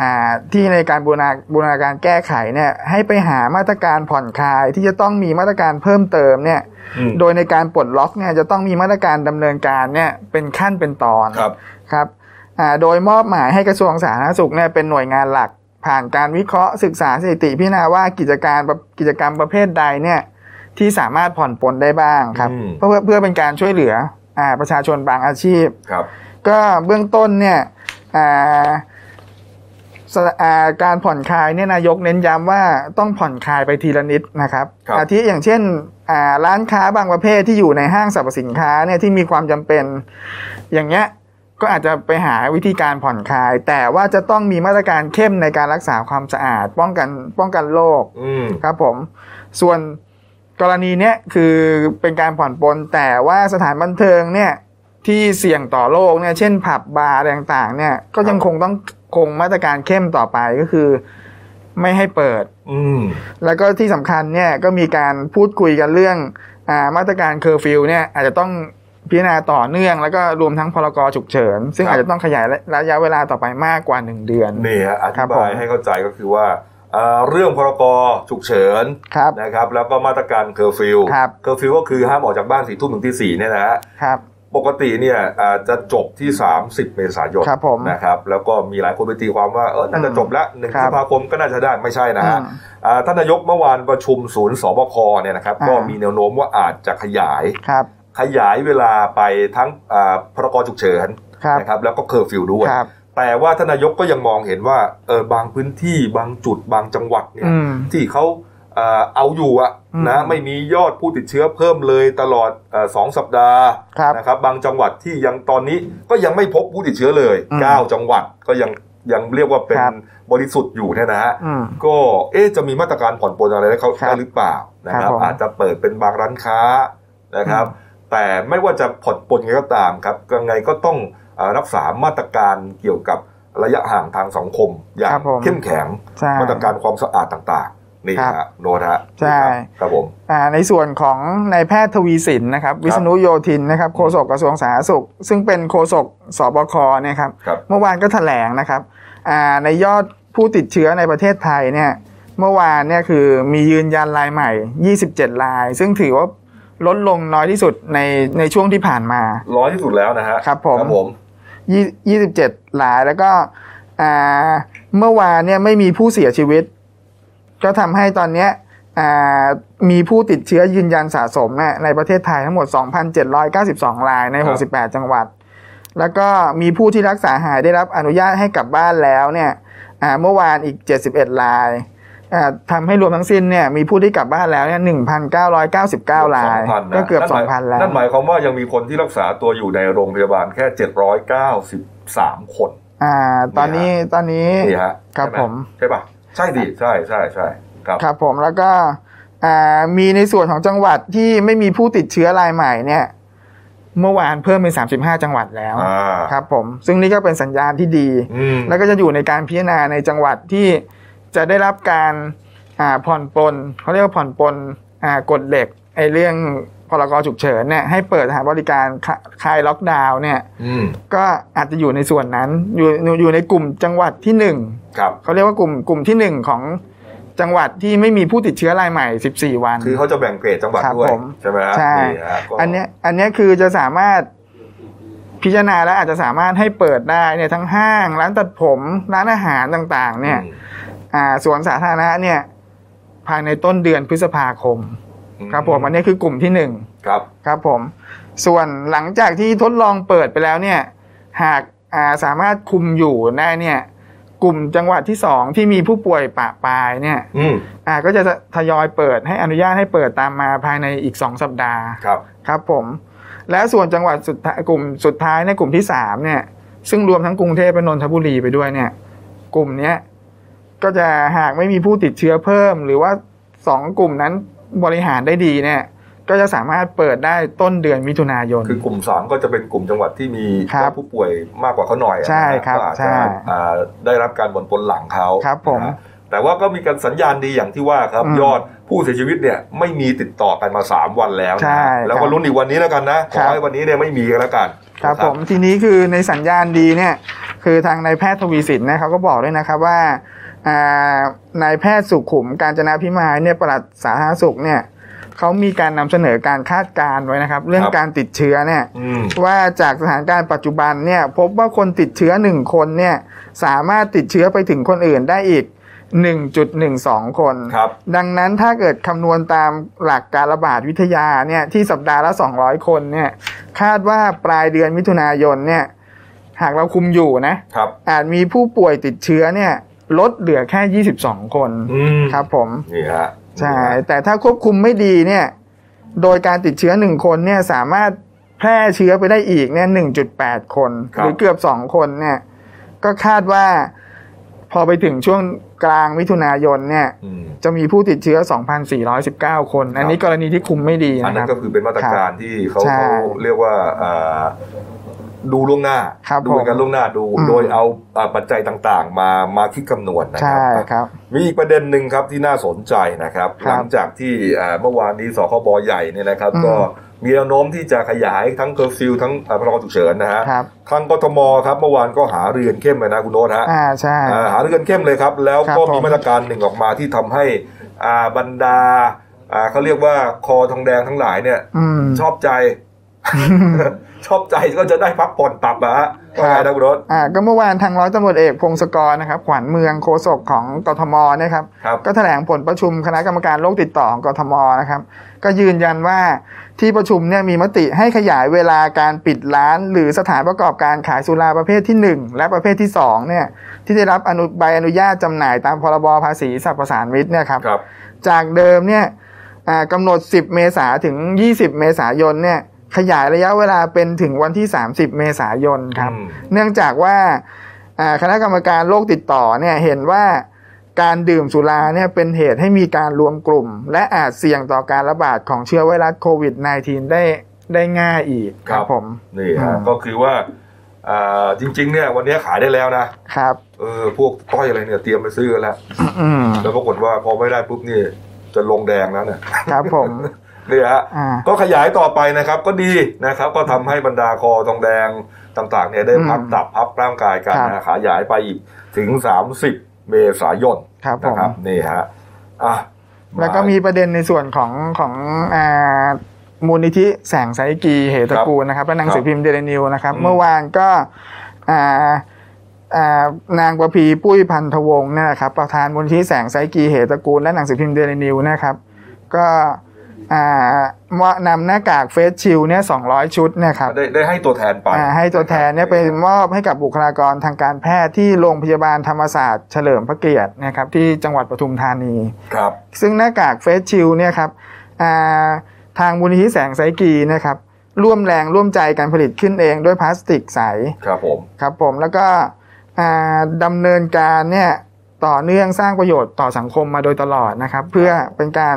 B: อ่าที่ในการบูรณาบูรณาการแก้ไขเนี่ยให้ไปหามาตรการผ่อนคลายที่จะต้องมีมาตรการเพิ่มเติมเนี่ย
A: อืม
B: โดยในการปลดล็อกเนี่ยจะต้องมีมาตรการดำเนินการเนี่ยเป็นขั้นเป็นตอน
A: ครับ
B: ครับอ่าโดยมอบหมายให้กระทรวงสาธารณสุขเนี่ยเป็นหน่วยงานหลัก ผ่านการวิเคราะห์ศึกษาสถิติพิจารณาว่ากิจการประกิจกรรมประเภทใดเนี่ยที่สามารถผ่อนปลนได้บ้างครับ
A: อืม
B: เพื่อเพื่อเพื่อเป็นการช่วยเหลืออาประชาชนบางอาชีพ
A: ครับ
B: ก็เบื้องต้นเนี่ยอ่าสอ่าการผ่อนคลายเนี่ยนายกเน้นย้ำว่าต้องผ่อนคลายไปทีละนิดนะครับ
A: ครับ
B: อาทิอย่างเช่นอ่าร้านค้าบางประเภทที่อยู่ในห้างสรรพสินค้าเนี่ยที่มีความจำเป็นอย่างเงี้ยก็อาจจะไปหาวิธีการผ่อนคลาย แต่ว่าจะต้องมีมาตรการเข้มในการรักษาความสะอาด ป้องกันป้องกันโรค
A: อืม
B: ครับผมส่วนกรณีเนี้ยคือเป็นการผ่อนปลนแต่ว่าสถานบันเทิงเนี่ยที่เสี่ยงต่อโรคเนี่ยเช่นผับบาร์อะไรต่างๆเนี่ยก็ยังคงต้องคงมาตรการเข้มต่อไปก็คือไม่ให้เปิด
A: อืม
B: แล้วก็ที่สำคัญเนี่ยก็มีการพูดคุยกันเรื่องอามาตรการเคอร์ฟิวเนี่ยอาจจะต้องพิจารณาต่อเนื่อง แล้วก็รวมทั้งพรกฉุกเฉิน ซึ่งอาจจะต้องขยายระยะเวลาต่อไปมากกว่า 1 เดือน
A: นี่ฮะอ
B: ครั
A: ธิ
B: บผ
A: บาย
B: ม
A: ให้เข้าใจก็คือว่าอ่าเรื่องพรกฉุกเฉิน
B: ครับ
A: นะครับแล้วก็มาตรการเคอร์ฟิว
B: ครับ
A: เคอร์ฟิวก็คือห้ามออกจากบ้านสี่ทุ่มถึงที่สี่เนี่ยนะฮะ
B: ครับ
A: ปกติเนี่ยอ่าจะจบที่ 30 เมษายน
B: ครับผม
A: นะครับแล้วก็มีหลายคนไปตีความว่าเออน่าจะจบละหนึ่ง
B: ค
A: พฤ
B: รับ
A: ษภาคมก็น่าจะได้ไม่ใช่นะฮะ
B: อืม
A: อ่าท่านนายกเมื่อวานประชุมศูนย์สบคเนี่ยนะครับ
B: อ่า
A: ก็มีแนวโน้มว่าอาจจะขยาย
B: ครับ
A: ขยายเวลาไปทั้งอ่าพรกฉุกเฉิน
B: ครับ
A: นะครับแล้วก็เคอร์ฟิวด้วย
B: ครับ
A: แต่ว่าท่านนายกก็ยังมองเห็นว่าเออบางพื้นที่บางจุดบางจังหวัดเนี่ย
B: อืม
A: ที่เขาเอ่อเอาอยู่อะ
B: อืม
A: นะไม่มียอดผู้ติดเชื้อเพิ่มเลยตลอดเออสองสัปดาห์
B: ครับ
A: นะครับบางจังหวัดที่ยังตอนนี้ก็ยังไม่พบผู้ติดเชื้อเลย
B: อืม
A: 9 จังหวัดก็ยังยังเรียกว่าเป็น
B: ครับ
A: บริสุทธิ์อยู่เนี่ยนะฮะ
B: อืม
A: ก็เอ๊ะจะมีมาตรการผ่อนปลนอะไรให้เขา
B: ครับ
A: ได้หรือเปล่านะค
B: ครั
A: รับบ
B: ผม
A: อาจจะเปิดเป็นบางร้านค้านะครับ แต่ไม่ว่าจะผ่อนปลนยังไงก็ตามครับยังไงก็ต้องเอ่อรักษามาตรการเกี่ยวกับระยะห่างทางสังคมอย่าง
B: ครับผม
A: เข้มแข็ง
B: ใช่
A: มาตรการความสะอาดต่างๆ นี่
B: ครั
A: ฮะ
B: บ
A: โนตฮะ
B: ใช่
A: ครับผม
B: อ่าในส่วนของนายแพทย์ทวีสินนะครับ วิษณุโยธินนะครับโฆษกกระทรวงสาธารณสุข ซึ่งเป็นโฆษกสบคเนี่ยครับ
A: ครับ
B: เมื่อวานก็แถลงนะครับอ่าในยอดผู้ติดเชื้อในประเทศไทยเนี่ยเมื่อวานเนี่ยคือมียืนยันรายใหม่ 27 ราย ซึ่งถือว่าลดลงน้อยที่สุดในในช่วงที่ผ่านมา
A: ร้อยที่สุดแล้วนะฮะ
B: ครับผม
A: ครับผม
B: 27 รายแล้วก็อ่าเมื่อวานเนี่ยไม่มีผู้เสียชีวิต ก็ทำให้ตอนเนี้ยอ่ามีผู้ติดเชื้อยืนยันสะสมเนี่ยในประเทศไทยทั้งหมด 2,792 รายใน
A: ครับ
B: 68 จังหวัด แล้วก็มีผู้ที่รักษาหายได้รับอนุญาตให้กลับบ้านแล้วเนี่ยอ่าเมื่อวานอีก 71รายอ่าทำให้รวมทั้งสิ้นเนี่ยมีผู้ที่กลับบ้านแล้วเนี่ย1,999ราย
A: 2,000นะ
B: ก็เกือบ
A: นั่นหมาย
B: 2,000 แล้ว
A: นั่นหมายความว่ายังมีคนที่รักษาตัวอยู่ในโรงพยาบาลแค่ 793 คน
B: อ่า ตอนนี้ตอนนี้
A: นี่ฮะ
B: ครับ
A: ใช่ไห
B: ผม
A: ใช่ป่ะ ใช่ดิใช่ใช่ใช่ครับ
B: ครับผมแล้วก็อ่ามีในส่วนของจังหวัดที่ไม่มีผู้ติดเชื้อรายใหม่เนี่ยเมื่อวานเพิ่มเป็น 35 จังหวัดแล้ว
A: อ่า
B: ครับผมซึ่งนี่ก็เป็นสัญญาณที่ดี
A: อืม
B: แล้วก็จะอยู่ในการพิจารณาในจังหวัดที่จะได้รับการอ่าผ่อนปลนเขาเรียกว่าผ่อนปลนอ่ากฎเหล็กไอ้เรื่องพรกฉุกเฉินเนี่ยให้เปิดสถานบริการคลคลายล็อกดาวน์เนี่ย
A: อืม
B: ก็อาจจะอยู่ในส่วนนั้นอยู่อยู่ในกลุ่มจังหวัดที่หนึ่ง
A: ครับ
B: เขาเรียกว่ากลุ่มกลุ่มที่หนึ่งของจังหวัดที่ไม่มีผู้ติดเชื้อรายใหม่ 14 วัน
A: คือเขาจะแบ่งเกรดจังหวัด
B: ครับ
A: ด้วย
B: ผม
A: ใช่ไหมฮะ
B: ใช่
A: นี่ฮะก็
B: อันเนี้ยอันเนี้ยคือจะสามารถพิจารณาและอาจจะสามารถให้เปิดได้เนี่ยทั้งห้าง ร้านตัดผมร้านอาหารต่างๆ เนี่ย
A: อืม
B: อ่าสวนสาธารณะเนี่ยภายในต้นเดือนพฤษภาคม ครับผมอันเนี้ยคือกลุ่มที่หนึ่ง
A: ครับ
B: ครับผมส่วนหลังจากที่ทดลองเปิดไปแล้วเนี่ยหากอ่าสามารถคุมอยู่ได้เนี่ยกลุ่มจังหวัดที่สองที่มีผู้ป่วยปะปายเนี่ย
A: อืม
B: อ่าก็จะทยอยเปิดให้อนุญาตให้เปิดตามมาภายในอีก 2 สัปดาห์
A: ครับ
B: ครับผม และส่วนจังหวัดสุดท้ายกลุ่มสุดท้ายในยกลุ่มที่ 3 เนี่ย ซึ่งรวมทั้งกรุงเทพและนนทบุรีไปด้วยเนี่ย กลุ่มเนี้ยก็จะหากไม่มีผู้ติดเชื้อเพิ่ม หรือว่า 2 กลุ่มนั้นบริหารได้ดีเนี่ย ก็จะสามารถเปิดได้ต้นเดือนมิถุนายน
A: คือกลุ่มสามก็จะเป็นกลุ่มจังหวัดที่มี
B: ครับ
A: ยอดผู้ป่วยมากกว่าเขาหน่อยอะ
B: ใช่
A: นะฮะ
B: ครับ
A: ก็อาจ
B: ใช่
A: จะอ่าได้รับการบ่นปนหลังเขา
B: ครับผม
A: นะฮะแต่ว่าก็มีการสัญญาณดีอย่างที่ว่าครับ
B: อืม
A: ยอดผู้เสียชีวิตเนี่ยไม่มีติดต่อกันมา 3 วันแล้ว
B: ใช่
A: นะฮะแล้ว
B: ครั
A: ก็
B: บ
A: ลุ้นอีกวันนี้แล้วกันนะข
B: ครั
A: อบ ให้วันนี้เนี่ยไม่มีกันแล้วกัน
B: ครับ
A: นะ
B: ผมทีนี้คือในสัญญาณดีเนี่ยคือทางนายแพทย์ทวีสินนะเขาก็บอกด้วยนะครับว่าอ่านายแพทย์สุขุมการจนาพิมายเนี่ยปลัดสาธารณสุขเนี่ยเขามีการนำเสนอการคาดการณ์ไว้นะครับ เรื่อง
A: ครับ
B: การติดเชื้อเนี่ย
A: อืม
B: ว่าจากสถานการณ์ปัจจุบันเนี่ยพบว่าคนติดเชื้อหนึ่งคนเนี่ยสามารถติดเชื้อไปถึงคนอื่นได้อีก 1.12 คน
A: ครับ
B: ดังนั้นถ้าเกิดคำนวณตามหลักการระบาดวิทยาเนี่ยที่สัปดาห์ละ 200 คนเนี่ยคาดว่าปลายเดือนมิถุนายนเนี่ยหากเราคุมอยู่นะครับ อาจมีผู้ป่วยติดเชื้อเนี่ยลดเหลือแค่ 22 คน
A: อืม
B: ครับผม
A: นี่ฮะ
B: ใช่
A: นี่ฮะ
B: แต่ถ้าควบคุมไม่ดีเนี่ยโดยการติดเชื้อ 1 คนเนี่ยสามารถแพร่เชื้อไปได้อีกเนี่ย1.8 คน หรือเกือบ 2 คนเนี่ยก็คาดว่าพอไปถึงช่วงกลางมิถุนายนเนี่ย
A: อืม
B: จะมีผู้ติดเชื้อ 2,419 คน อันนี้กรณีที่คุมไม่ดี
A: อัน
B: นะ
A: นั้น
B: ค
A: ก็
B: รับ
A: คือเป็นมาตรการที่เขา
B: ใช่
A: เขาเรียกว่าอ่าดูล่วงหน้า
B: ครับ
A: ดูกันล่วงหน้าดู
B: อืม
A: โดยเอาอ่าปัจจัยต่างๆ มามาคิดคำนวณนะค
B: ใช่
A: รับ
B: ครับ
A: มีอีกประเด็นหนึ่งครับที่น่าสนใจนะครับ
B: ค
A: ห
B: รับ
A: ลังจากที่อ่าเมื่อวานนี้สคบใหญ่เนี่ยนะครับ
B: อืม
A: ก็มีแนวโน้มที่จะขยายทั้งเคอร์ฟิวทั้งอ่าพรกฉุกเฉินนะฮะ
B: ครับ
A: ทางกทมครับเมื่อวานก็หาเรือนเข้มเลยนะคุณโน้ตฮะ
B: อ่าใช่
A: อ่าหารือกันเข้มเลยครับ แล้ว
B: ครับ
A: ก็
B: ผม
A: มีมาตรการหนึ่งออกมาที่ทำให้อ่าบรรดาอ่าเขาเรียกว่าคอทองแดงทั้งหลายเนี่ย
B: อืม
A: ชอบใจ ชอบใจก็จะได้พักผ่อนตับอะฮะว่าไงนะคุณรถ
B: อ่าก็เมื่อวานทางร้อยตำรวจเอกพงศกรนะครับ ขวัญเมืองโฆษกของกทมเนะครับ
A: ครับ
B: ก็แถลงผลประชุมคณะกรรมการโรคติดต่อของกทมนะครับ ก็ยืนยันว่าที่ประชุมเนี่ยมีมติให้ขยายเวลาการปิดร้าน หรือสถานประกอบการขายสุราประเภทที่หนึ่งและประเภทที่สองเนี่ยที่ได้รับอนุใบอนุญาตจำหน่ายตามพรบภาษีสรรพสานมิตเนี่ยครับ
A: ครับ
B: จากเดิมเนี่ยอ่ากำหนด 10 เมษาถึง 20 เมษายนเนี่ย ขยายระยะเวลาเป็นถึงวันที่ 30 เมษายนครับ
A: อืม
B: เนื่องจากว่าอ่าคณะกรรมการโรคติดต่อเนี่ยเห็นว่าการดื่มสุราเนี่ยเป็นเหตุให้มีการรวมกลุ่ม และอาจเสี่ยงต่อการระบาดของเชื้อไวรัสโควิด -19 ได้ได้ง่ายอีกครับผม
A: นี่
B: อื
A: ฮะ
B: ม
A: ก็คือว่าอ่าจริง ๆ เนี่ย วันนี้ขายได้แล้วนะครับ เออพวกต้อยอะไรเนี่ยเตรียมไปซื้อกันแล้ว
B: อืม
A: แล้วปรากฏว่าพอไม่ได้ปุ๊บนี่จะลงแดงแล้วเนี่ย
B: ครับผม
A: นี่ฮะ
B: อ่า
A: ก็ขยายต่อไปนะครับก็ดีนะครับ ก็ทำให้บรรดาคอทองแดงต่างๆเนี่ยได้พัก
B: อืม
A: ตับพักร่างกายกัน
B: ครั
A: นะ
B: บ
A: ขยายไปอีกถึง 30 เมษายน
B: ครับผ
A: นะครั
B: ม
A: บนี่ฮะอ่ะา
B: แล้วก็มีประเด็นในส่วนของของอ่ามูลนิธิแสงไซกีเหตกูลนะครับและหนังสือพิมพ์เดลนิวนะครับ
A: อืม
B: เมื่อวานก็อ่าอ่านางประพีปุ้ยพันธวงศ์เนี่ยนะครับประธานมูลนิธิแสงไซกีเหตกูลและหนังสือพิมพ์เดลนิวนะครับ ก็ อ่านำหน้ากากเฟสชิลเนี่ยสองร้อยชุดเนี่ยครับ
A: ได้ได้ให้ตัวแทนไป
B: อ่าให้ตัวแทนเนี่ยไปมอบให้กับบุคลากรทางการแพทย์ที่โรงพยาบาลธรรมศาสตร์เฉลิมพระเกียรตินะครับที่จังหวัดปทุมธานี
A: ครับ
B: ซึ่งหน้ากากเฟสชิลเนี่ยครับอ่าทางมูลนิธิแสงไสกีนะครับร่วมแรงร่วมใจการผลิตขึ้นเองด้วยพลาสติกใส
A: ครับผม
B: ครับผมแล้วก็อ่าดำเนินการเนี่ยต่อเนื่องสร้างประโยชน์ต่อสังคมมาโดยตลอดนะครับเพื่อเป็นการ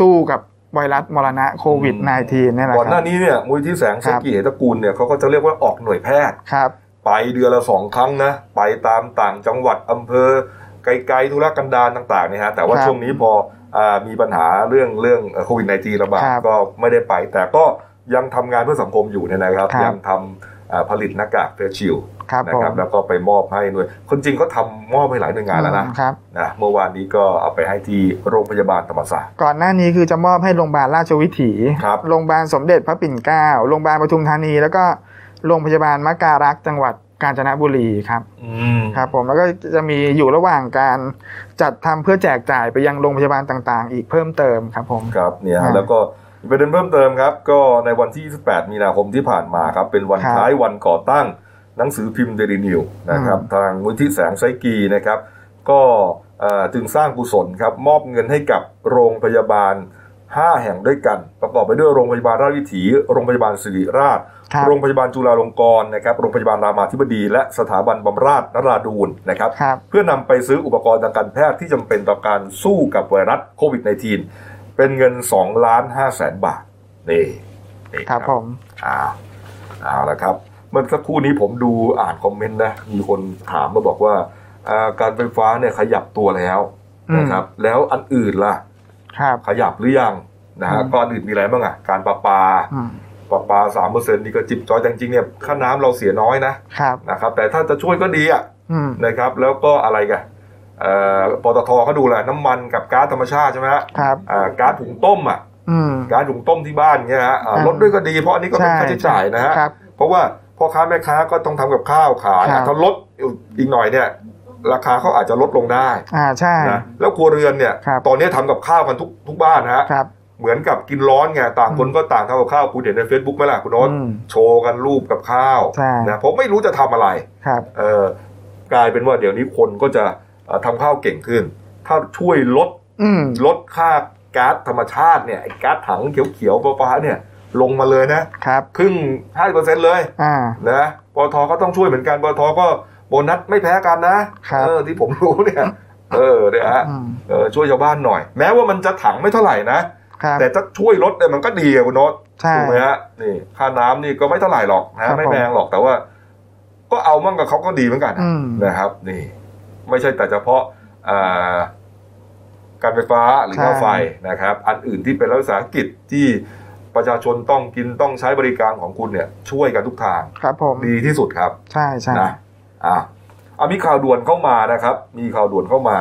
B: สู้กับไวรัสมรณะโควิด -19 เนี่ยแหละ
A: ก่อนห
B: ครั
A: น้า
B: บ
A: นี้เนี่ยมูลที่แสง
B: ค
A: เส
B: รับ
A: กีเหตระกูลเนี่ยเขาก็จะเรียกว่าออกหน่วยแพทย์
B: ครับ
A: ไปเดือนละสองครั้งนะ ไปตามต่างจังหวัดอำเภอ ไกลๆธุรกันดารต่างๆเนี่ยฮะแต่ว่า
B: ครับ
A: ช่วงนี้พออามีปัญหาเรื่องเรื่องโควิด -19 ระบาด
B: ครับ
A: ก็ไม่ได้ไป แต่ก็ยังทำงานเพื่อสังคมอยู่เนี่ยนะครับ
B: ครับ
A: ยังทำอ่าผลิตหน้ากากเฟสชิลด์
B: ครับ
A: นะ
B: ผม
A: ครับแล้วก็ไปมอบให้หน่วย คนจริงเขาทำมอบให้หลายหน่วยงานแล้วนะ
B: อืมครับ
A: นะเมื่อวานนี้ก็เอาไปให้ที่โรงพยาบาลธรรมศาสตร์
B: ก่อนหน้านี้คือจะมอบให้โรงพยาบาลราชวิถี
A: ครับ
B: โรงพยาบาลสมเด็จพระปิ่นเกล้า โรงพยาบาลปทุมธานี แล้วก็โรงพยาบาลมะการักษ์จังหวัดกาญจนบุรีครับ
A: อืม
B: ครับ ผมแล้วก็จะมีอยู่ระหว่างการจัดทำเพื่อแจกจ่ายไปยังโรงพยาบาลต่างๆ อีกเพิ่มเติมครับผม
A: ครับเนี่ย
B: ครับ
A: แล้วก็ประเด็นเพิ่มเติมครับ ก็ในวันที่ 28 มีนาคมที่ผ่านมาครับ เป็นวัน
B: ครับ
A: ท้ายวันก่อตั้งหนังสือพิมพ์เดลินิวนะครับ ทางมูลที่แสงไซกีนะครับ ก็เอ่อจึงสร้างกุศลครับ มอบเงินให้กับโรงพยาบาล 5 แห่งด้วยกัน ประกอบไปด้วยโรงพยาบาลราชวิถี โรงพยาบาลศิริราช
B: ครับ
A: โรงพยาบาลจุฬาลงกรณ์นะครับโรงพยาบาลรามาธิบดี และสถาบันบำราศนราดูรนะครับ
B: ครับ
A: เพื่อนำไปซื้ออุปกรณ์ทางการแพทย์ที่จำเป็นต่อการสู้กับไวรัสโควิด -19 เป็นเงิน2ล้าน5แสนบาท นี่นี่
B: ครับผม
A: อ้าวเอาละครับ เมื่อสักครู่นี้ผมดูอ่านคอมเมนต์นะ มีคนถามมาบอกว่าอ่าการไฟฟ้าเนี่ยขยับตัวแล้ว
B: อืม
A: นะครับ แล้วอันอื่นล่ะ
B: ครับ
A: ขยับหรือยังนะฮะ
B: อืม
A: ก้อนอื่นมีอะไรบ้างอ่ะ การประปา
B: อืม
A: ประปาสามเปอร์เซ็นต์นี่ก็จิบจอยแต่จริงๆเนี่ยค่าน้ำเราเสียน้อยนะครับ นะครับ แต่ถ้าจะช่วยก็ดีอ่ะ
B: อืม
A: นะครับแล้วก็อะไรกันเอ่อปตทเขาดูแลน้ำมันกับก๊าซธรรมชาติใช่ไหมฮะ
B: ครับ
A: อ่าก๊าซถุงต้มอ่ะ
B: อืม
A: ก๊าซถุงต้มที่บ้านเนี่ยฮะอ่า
B: อ่า
A: ลดด้วยก็ดีเพราะอันนี้ก็เป็นค่าใช้จ่ายนะฮะ
B: ครับ
A: เพราะว่าพ่อค้าแม่ค้าก็ต้องทำกับข้าวขาย
B: ครับ
A: ถ้าลดอีกหน่อยเนี่ย ราคาเขาอาจจะลดลงได้
B: อ่าใช่
A: นะแล้วครัวเรือนเนี่ย
B: ครับ
A: ตอนนี้ทำกับข้าวกันทุกทุกบ้านนะฮะ
B: ครับ
A: เหมือนกับกินร้อนไงต่างคนก็ต่างทำกับข้าวคุณเห็นใน Facebook ไหมล่ะคุณโน้ต
B: อืม
A: โชว์กันรูปกับข้าว
B: ใช่
A: นะผมไม่รู้จะทำอะไร
B: ครับ
A: เอ่อกลายเป็นว่าเดี๋ยวนี้คนก็จะเอ่อทำข้าวเก่งขึ้น ถ้าช่วยลด
B: อืม
A: ลดค่าก๊าซธรรมชาติเนี่ยไอ้ก๊าซถังเขียวๆฟ้าๆเนี่ยลงมาเลยนะครับ ครึ่ง 50%เลย
B: อ่า
A: นะปตทก็ต้องช่วยเหมือนกันปตทก็โบนัสไม่แพ้กันนะครับ เออที่ผมรู้เนี่ยเออเนี่ยฮะ
B: อืม
A: เออช่วยชาวบ้านหน่อย แม้ว่ามันจะถังไม่เท่าไหร่นะ
B: ครับ
A: แต่ถ้าช่วยลดเนี่ยมันก็ดีอะคุณโน้ต
B: ใช่
A: ถูกไหมฮะนี่ค่าน้ำนี่ก็ไม่เท่าไหร่หรอก
B: ค
A: นะ
B: รับ
A: ไม่แพงหรอกแต่ว่า ก็เอามั่งกับเขาก็ดีเหมือนกัน
B: อืม
A: นะครับ นี่ ไม่ใช่แต่เฉพาะอ่าการไฟฟ้าหรือ
B: ใช่
A: ค่าไฟนะครับ อันอื่นที่เป็นรัฐวิสาหกิจที่ประชาชนต้องกินต้องใช้บริการของคุณเนี่ย ช่วยกันทุกทาง
B: ครับผม
A: ดีที่สุดครับ
B: ใช่ใช่
A: นะอ่ะเอามีข่าวด่วนเข้ามานะครับ มีข่าวด่วนเข้ามา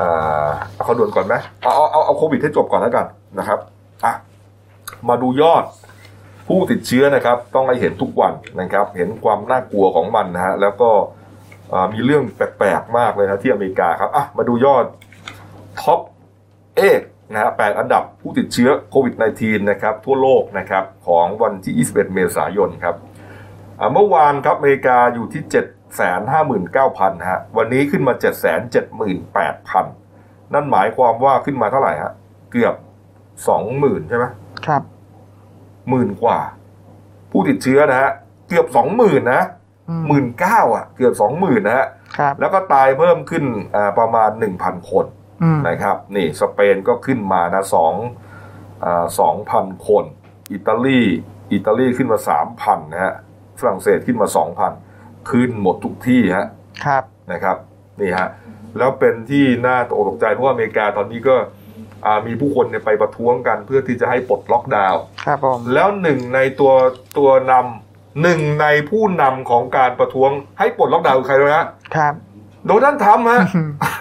A: อ่าเอาข่าวด่วนก่อนไหมเอาเอาเอาเอาโควิดให้จบก่อนแล้วกันนะครับอ่ะมาดูยอดผู้ติดเชื้อนะครับ ต้องให้เห็นทุกวันนะครับ เห็นความน่ากลัวของมันนะฮะแล้วก็อ่ามีเรื่องแปลกๆมากเลยนะที่อเมริกาครับอ่ะมาดูยอดท็อปเอกนะฮะแปดอันดับผู้ติดเชื้อโควิด -19 นะครับ ทั่วโลกนะครับ ของวันที่ 21 เมษายนครับ อ่าเมื่อวานครับอเมริกาอยู่ที่ 7 5 9 0 0 0ฮะวันนี้ขึ้นมา 7 7 8 0 0 0 นั่นหมายความว่าขึ้นมาเท่าไหร่ฮะเกือบ 20,000 ใช่ไหม
B: ครับ
A: หมื่นกว่า ผู้ติดเชื้อนะฮะเกือบ 20,000 นะ
B: อืม
A: หมื่นเก้าอ่ะเกือบ 20,000 นะฮะ
B: ครับ
A: แล้วก็ตายเพิ่มขึ้นอ่าประมาณ 1,000 คน
B: อืม
A: นะครับนี่สเปนก็ขึ้นมานะสองอ่า2,000 คน อิตาลีอิตาลีขึ้นมา 3,000 นะฮะฝรั่งเศสขึ้นมา 2,000 ขึ้นหมดทุกที่ฮะ
B: ครับ
A: นะครับนี่ฮะแล้วเป็นที่น่าตกออกตกใจเพราะว่าอเมริกาตอนนี้ก็อ่ามีผู้คนเนี่ยไปประท้วงกันเพื่อที่จะให้ปลดล็อกดาวน์
B: ครับผม
A: แล้วหนึ่งในตัวตัวนำหนึ่งในผู้นำของการประท้วงให้ปลดล็อกดาวน์คือใครรู้ไหมฮะ
B: ครับ
A: โดนัลด์ทรัมป์ฮะ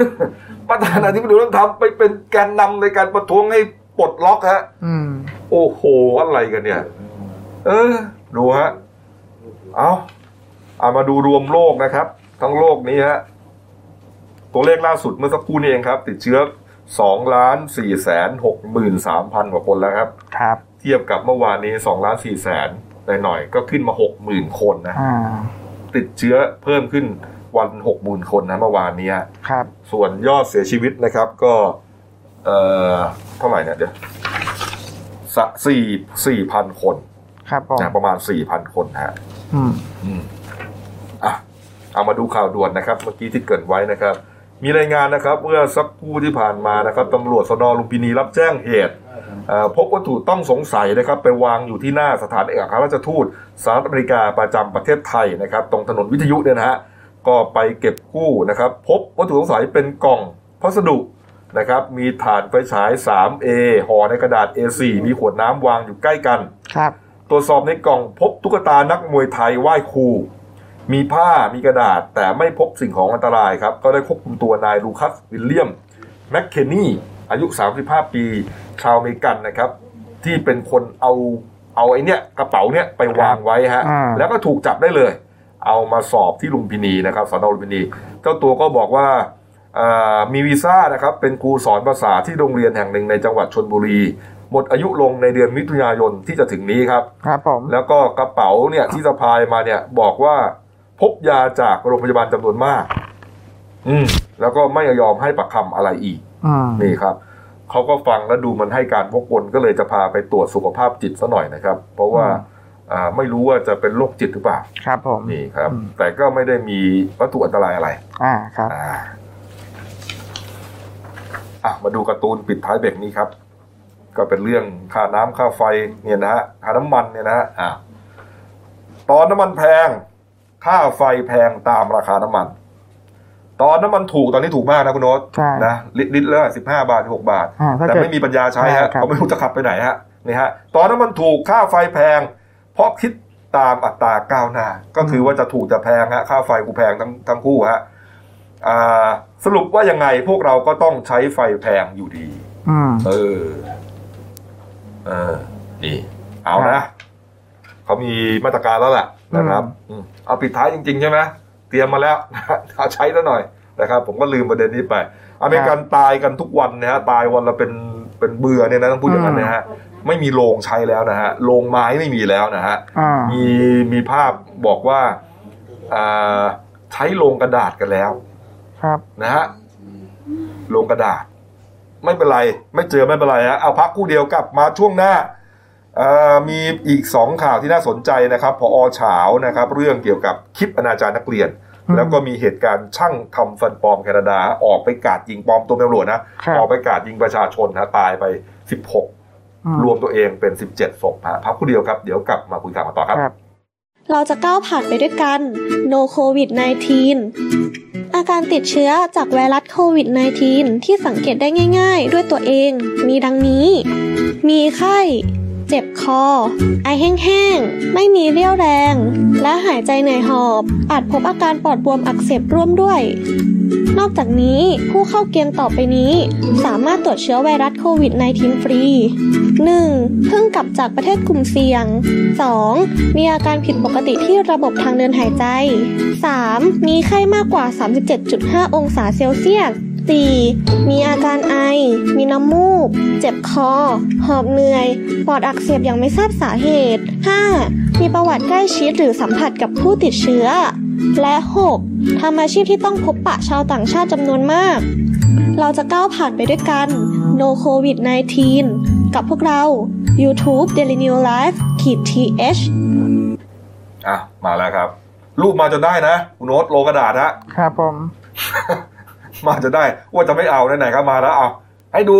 A: ประธานาธิบดีโดนัลด์ทรัมป์ไปเป็นแกนนำในการประท้วงให้ปลดล็อกฮะ
B: อืม
A: โอ้โห อะไรกันเนี่ย เออ ดูฮะ เอาเอามาดูรวมโลกนะครับ ทั้งโลกนี้ฮะ ตัวเลขล่าสุดเมื่อสักครู่นี้เองครับ ติดเชื้อ สองล้านสี่แสนหกหมื่นสามพันกว่าคนแล้วครับ
B: ครับ
A: เทียบกับเมื่อวานนี้สองล้านสี่แสนหน่อยๆก็ขึ้นมาหกหมื่นคนนะ
B: อ่า
A: ติดเชื้อเพิ่มขึ้นวันหกหมื่นคนนะเมื่อวานเนี้ย
B: ครับ
A: ส่วนยอดเสียชีวิตนะครับก็เอ่อเท่าไหร่เนี่ยเดี๋ยวสะสี่สี่พันคน
B: ครับผม
A: นะประมาณสี่พันคนฮะ
B: อืม
A: อืมอ่ะเอามาดูข่าวด่วนนะครับ เมื่อกี้ที่เกริดไว้นะครับ มีรายงานนะครับเมื่อสักครู่ที่ผ่านมานะครับตำรวจสนลุมพินีรับแจ้งเหตุเอ่อพบวัตถุต้องสงสัยนะครับ ไปวางอยู่ที่หน้าสถานเอกอัครราชทูตสหรัฐอเมริกาประจำประเทศไทยนะครับ ตรงถนนวิทยุเนี่ยนะฮะก็ไปเก็บกู้นะครับ พบวัตถุสงสัยเป็นกล่องพัสดุนะครับ มีฐานไฟฉาย 3A ห่อในกระดาษ A4 มีขวดน้ำวางอยู่ใกล้กัน
B: ครับ
A: ตรวจสอบในกล่องพบตุ๊กตานักมวยไทยไหว้ครู มีผ้ามีกระดาษ แต่ไม่พบสิ่งของอันตรายครับ ก็ได้ควบคุมตัวนายลูคัสวิลเลียมแมคเคนี่อายุ 35 ปี ชาวอเมริกันนะครับ ที่เป็นคนเอาเอาไอ้เนี่ยกระเป๋าเนี่ยไปวางไว้ฮะ
B: อ่า
A: แล้วก็ถูกจับได้เลย เอามาสอบที่ลุมพินีนะครับสอนอลุมพินี เจ้าตัวก็บอกว่าเอ่อมีวีซ่านะครับ เป็นครูสอนภาษาที่โรงเรียนแห่งหนึ่งในจังหวัดชนบุรี หมดอายุลงในเดือนมิถุนายนที่จะถึงนี้ครับ
B: ครับผม
A: แล้วก็กระเป๋าเนี่ยที่สะพายมาเนี่ยบอกว่าพบยาจากโรงพยาบาลจำนวนมาก อืม แล้วก็ไม่ยอมให้ปากคำอะไรอีก
B: อืม
A: นี่ครับ เขาก็ฟังแล้วดูมันให้การวกวนก็เลยจะพาไปตรวจสุขภาพจิตซะหน่อยนะครับ เพราะว่าอ่าไม่รู้ว่าจะเป็นโรคจิตหรือเปล่า
B: ครับผม
A: นี่ครับ
B: อืม
A: แต่ก็ไม่ได้มีวัตถุอันตรายอะไร
B: อ่าครับ
A: อ่าอ่ะมาดูการ์ตูนปิดท้ายเบรกนี้ครับ ก็เป็นเรื่องค่าน้ำค่าไฟเนี่ยนะฮะค่าน้ำมันเนี่ยนะฮะอ่ะตอนน้ำมันแพง ค่าไฟแพงตามราคาน้ำมัน ตอนน้ำมันถูกตอนนี้ถูกมากนะคุณโน้ต
B: ใช่
A: นะลิตรลิตรละสิบห้าบาทหกบาท
B: อ่าถ้า
A: แต่
B: เกิด
A: ไม่มีปัญญาใช้
B: ใช่ครั
A: ฮะ
B: บ
A: เขาไม่รู้จะขับไปไหนฮะนี่ฮะ ตอนน้ำมันถูกค่าไฟแพง เพราะคิดตามอัตราก้าวหน้า ก็คือว่าจะถูกจะแพงฮะค่าไฟกูแพงทั้งทั้งคู่ฮะ อ่าสรุปว่ายังไงพวกเราก็ต้องใช้ไฟแพงอยู่ดี
B: อืม
A: เออ เออ นี่ เอา
B: ครั
A: นะ
B: บ
A: เขามีมาตรการแล้วแหละนะครับอืมเอาปิดท้ายจริง ๆ ใช่ไหมเตรียมมาแล้ว เอาใช้แล้วหน่อยนะครับ ผมก็ลืมประเด็นนี้ไป อเมริกันตายกันทุกวันนะฮะ ตายวันละเป็นเป็นเบื่อเนี่ยนะต้องพูดอย่างนั้น
B: อืม
A: นะฮะ ไม่มีโรงใช้แล้วนะฮะโรงไม้ไม่มีแล้วนะฮะ
B: อ่า
A: มีมีภาพบอกว่าอ่าใช้โรงกระดาษกันแล้ว
B: ครับ
A: นะฮะลงกระดาษ ไม่เป็นไร ไม่เจอไม่เป็นไรฮะเอาพักคู่เดียวกลับมาช่วงหน้าเอ่อมีอีกสองข่าวที่น่าสนใจนะครับพออเฉานะครับ เรื่องเกี่ยวกับคลิปอนาจารนักเรียน แล้วก็มีเหตุการณ์ช่างทำฟันปลอมแคนาดา ออกไปกราดยิงปลอมตัวเป็นตำรวจนะครับ ออกไปกราดยิงประชาชนนะตายไป 16
B: อืม
A: รวมตัวเองเป็น 17ศพฮะพักคู่เดียวครับเดี๋ยวกลับมาคุยข่าวกันต่อครับ
B: ครับ
C: เราจะก้าวผ่านไปด้วยกัน No COVID 19 อาการติดเชื้อจากไวรัสโควิด -19 ที่สังเกตได้ง่าย ๆ ด้วยตัวเอง มีดังนี้ มีไข้ เจ็บคอ ไอแห้งๆ ไม่มีเรี่ยวแรง และหายใจเหนื่อยหอบ อาจพบอาการปอดบวมอักเสบร่วมด้วย นอกจากนี้ผู้เข้าเกณฑ์ต่อไปนี้ สามารถตรวจเชื้อไวรัสโควิด -19 ฟรี 1. เพิ่งกลับจากประเทศกลุ่มเสี่ยง 2. มีอาการผิดปกติที่ระบบทางเดินหายใจ 3. มีไข้มากกว่า 37.5 องศาเซลเซียส 4. มีอาการไอ มีน้ำมูก เจ็บคอ หอบเหนื่อย ปอดอักเสบอย่างไม่ทราบสาเหตุ 5. มีประวัติใกล้ชิดหรือสัมผัสกับผู้ติดเชื้อ และ 6. ทำอาชีพที่ต้องพบปะชาวต่างชาติจำนวนมาก เราจะก้าวผ่านไปด้วยกัน No COVID 19 กับพวกเรา YouTube Daily New Life ขีด th
A: อ่ะมาแล้วครับ รูปมาจนได้นะคุณโน้ตโลกระดาษฮะ
B: ครับผม
A: มาจะได้ว่าจะไม่เอาไหนๆก็มาแล้วเอาให้ดู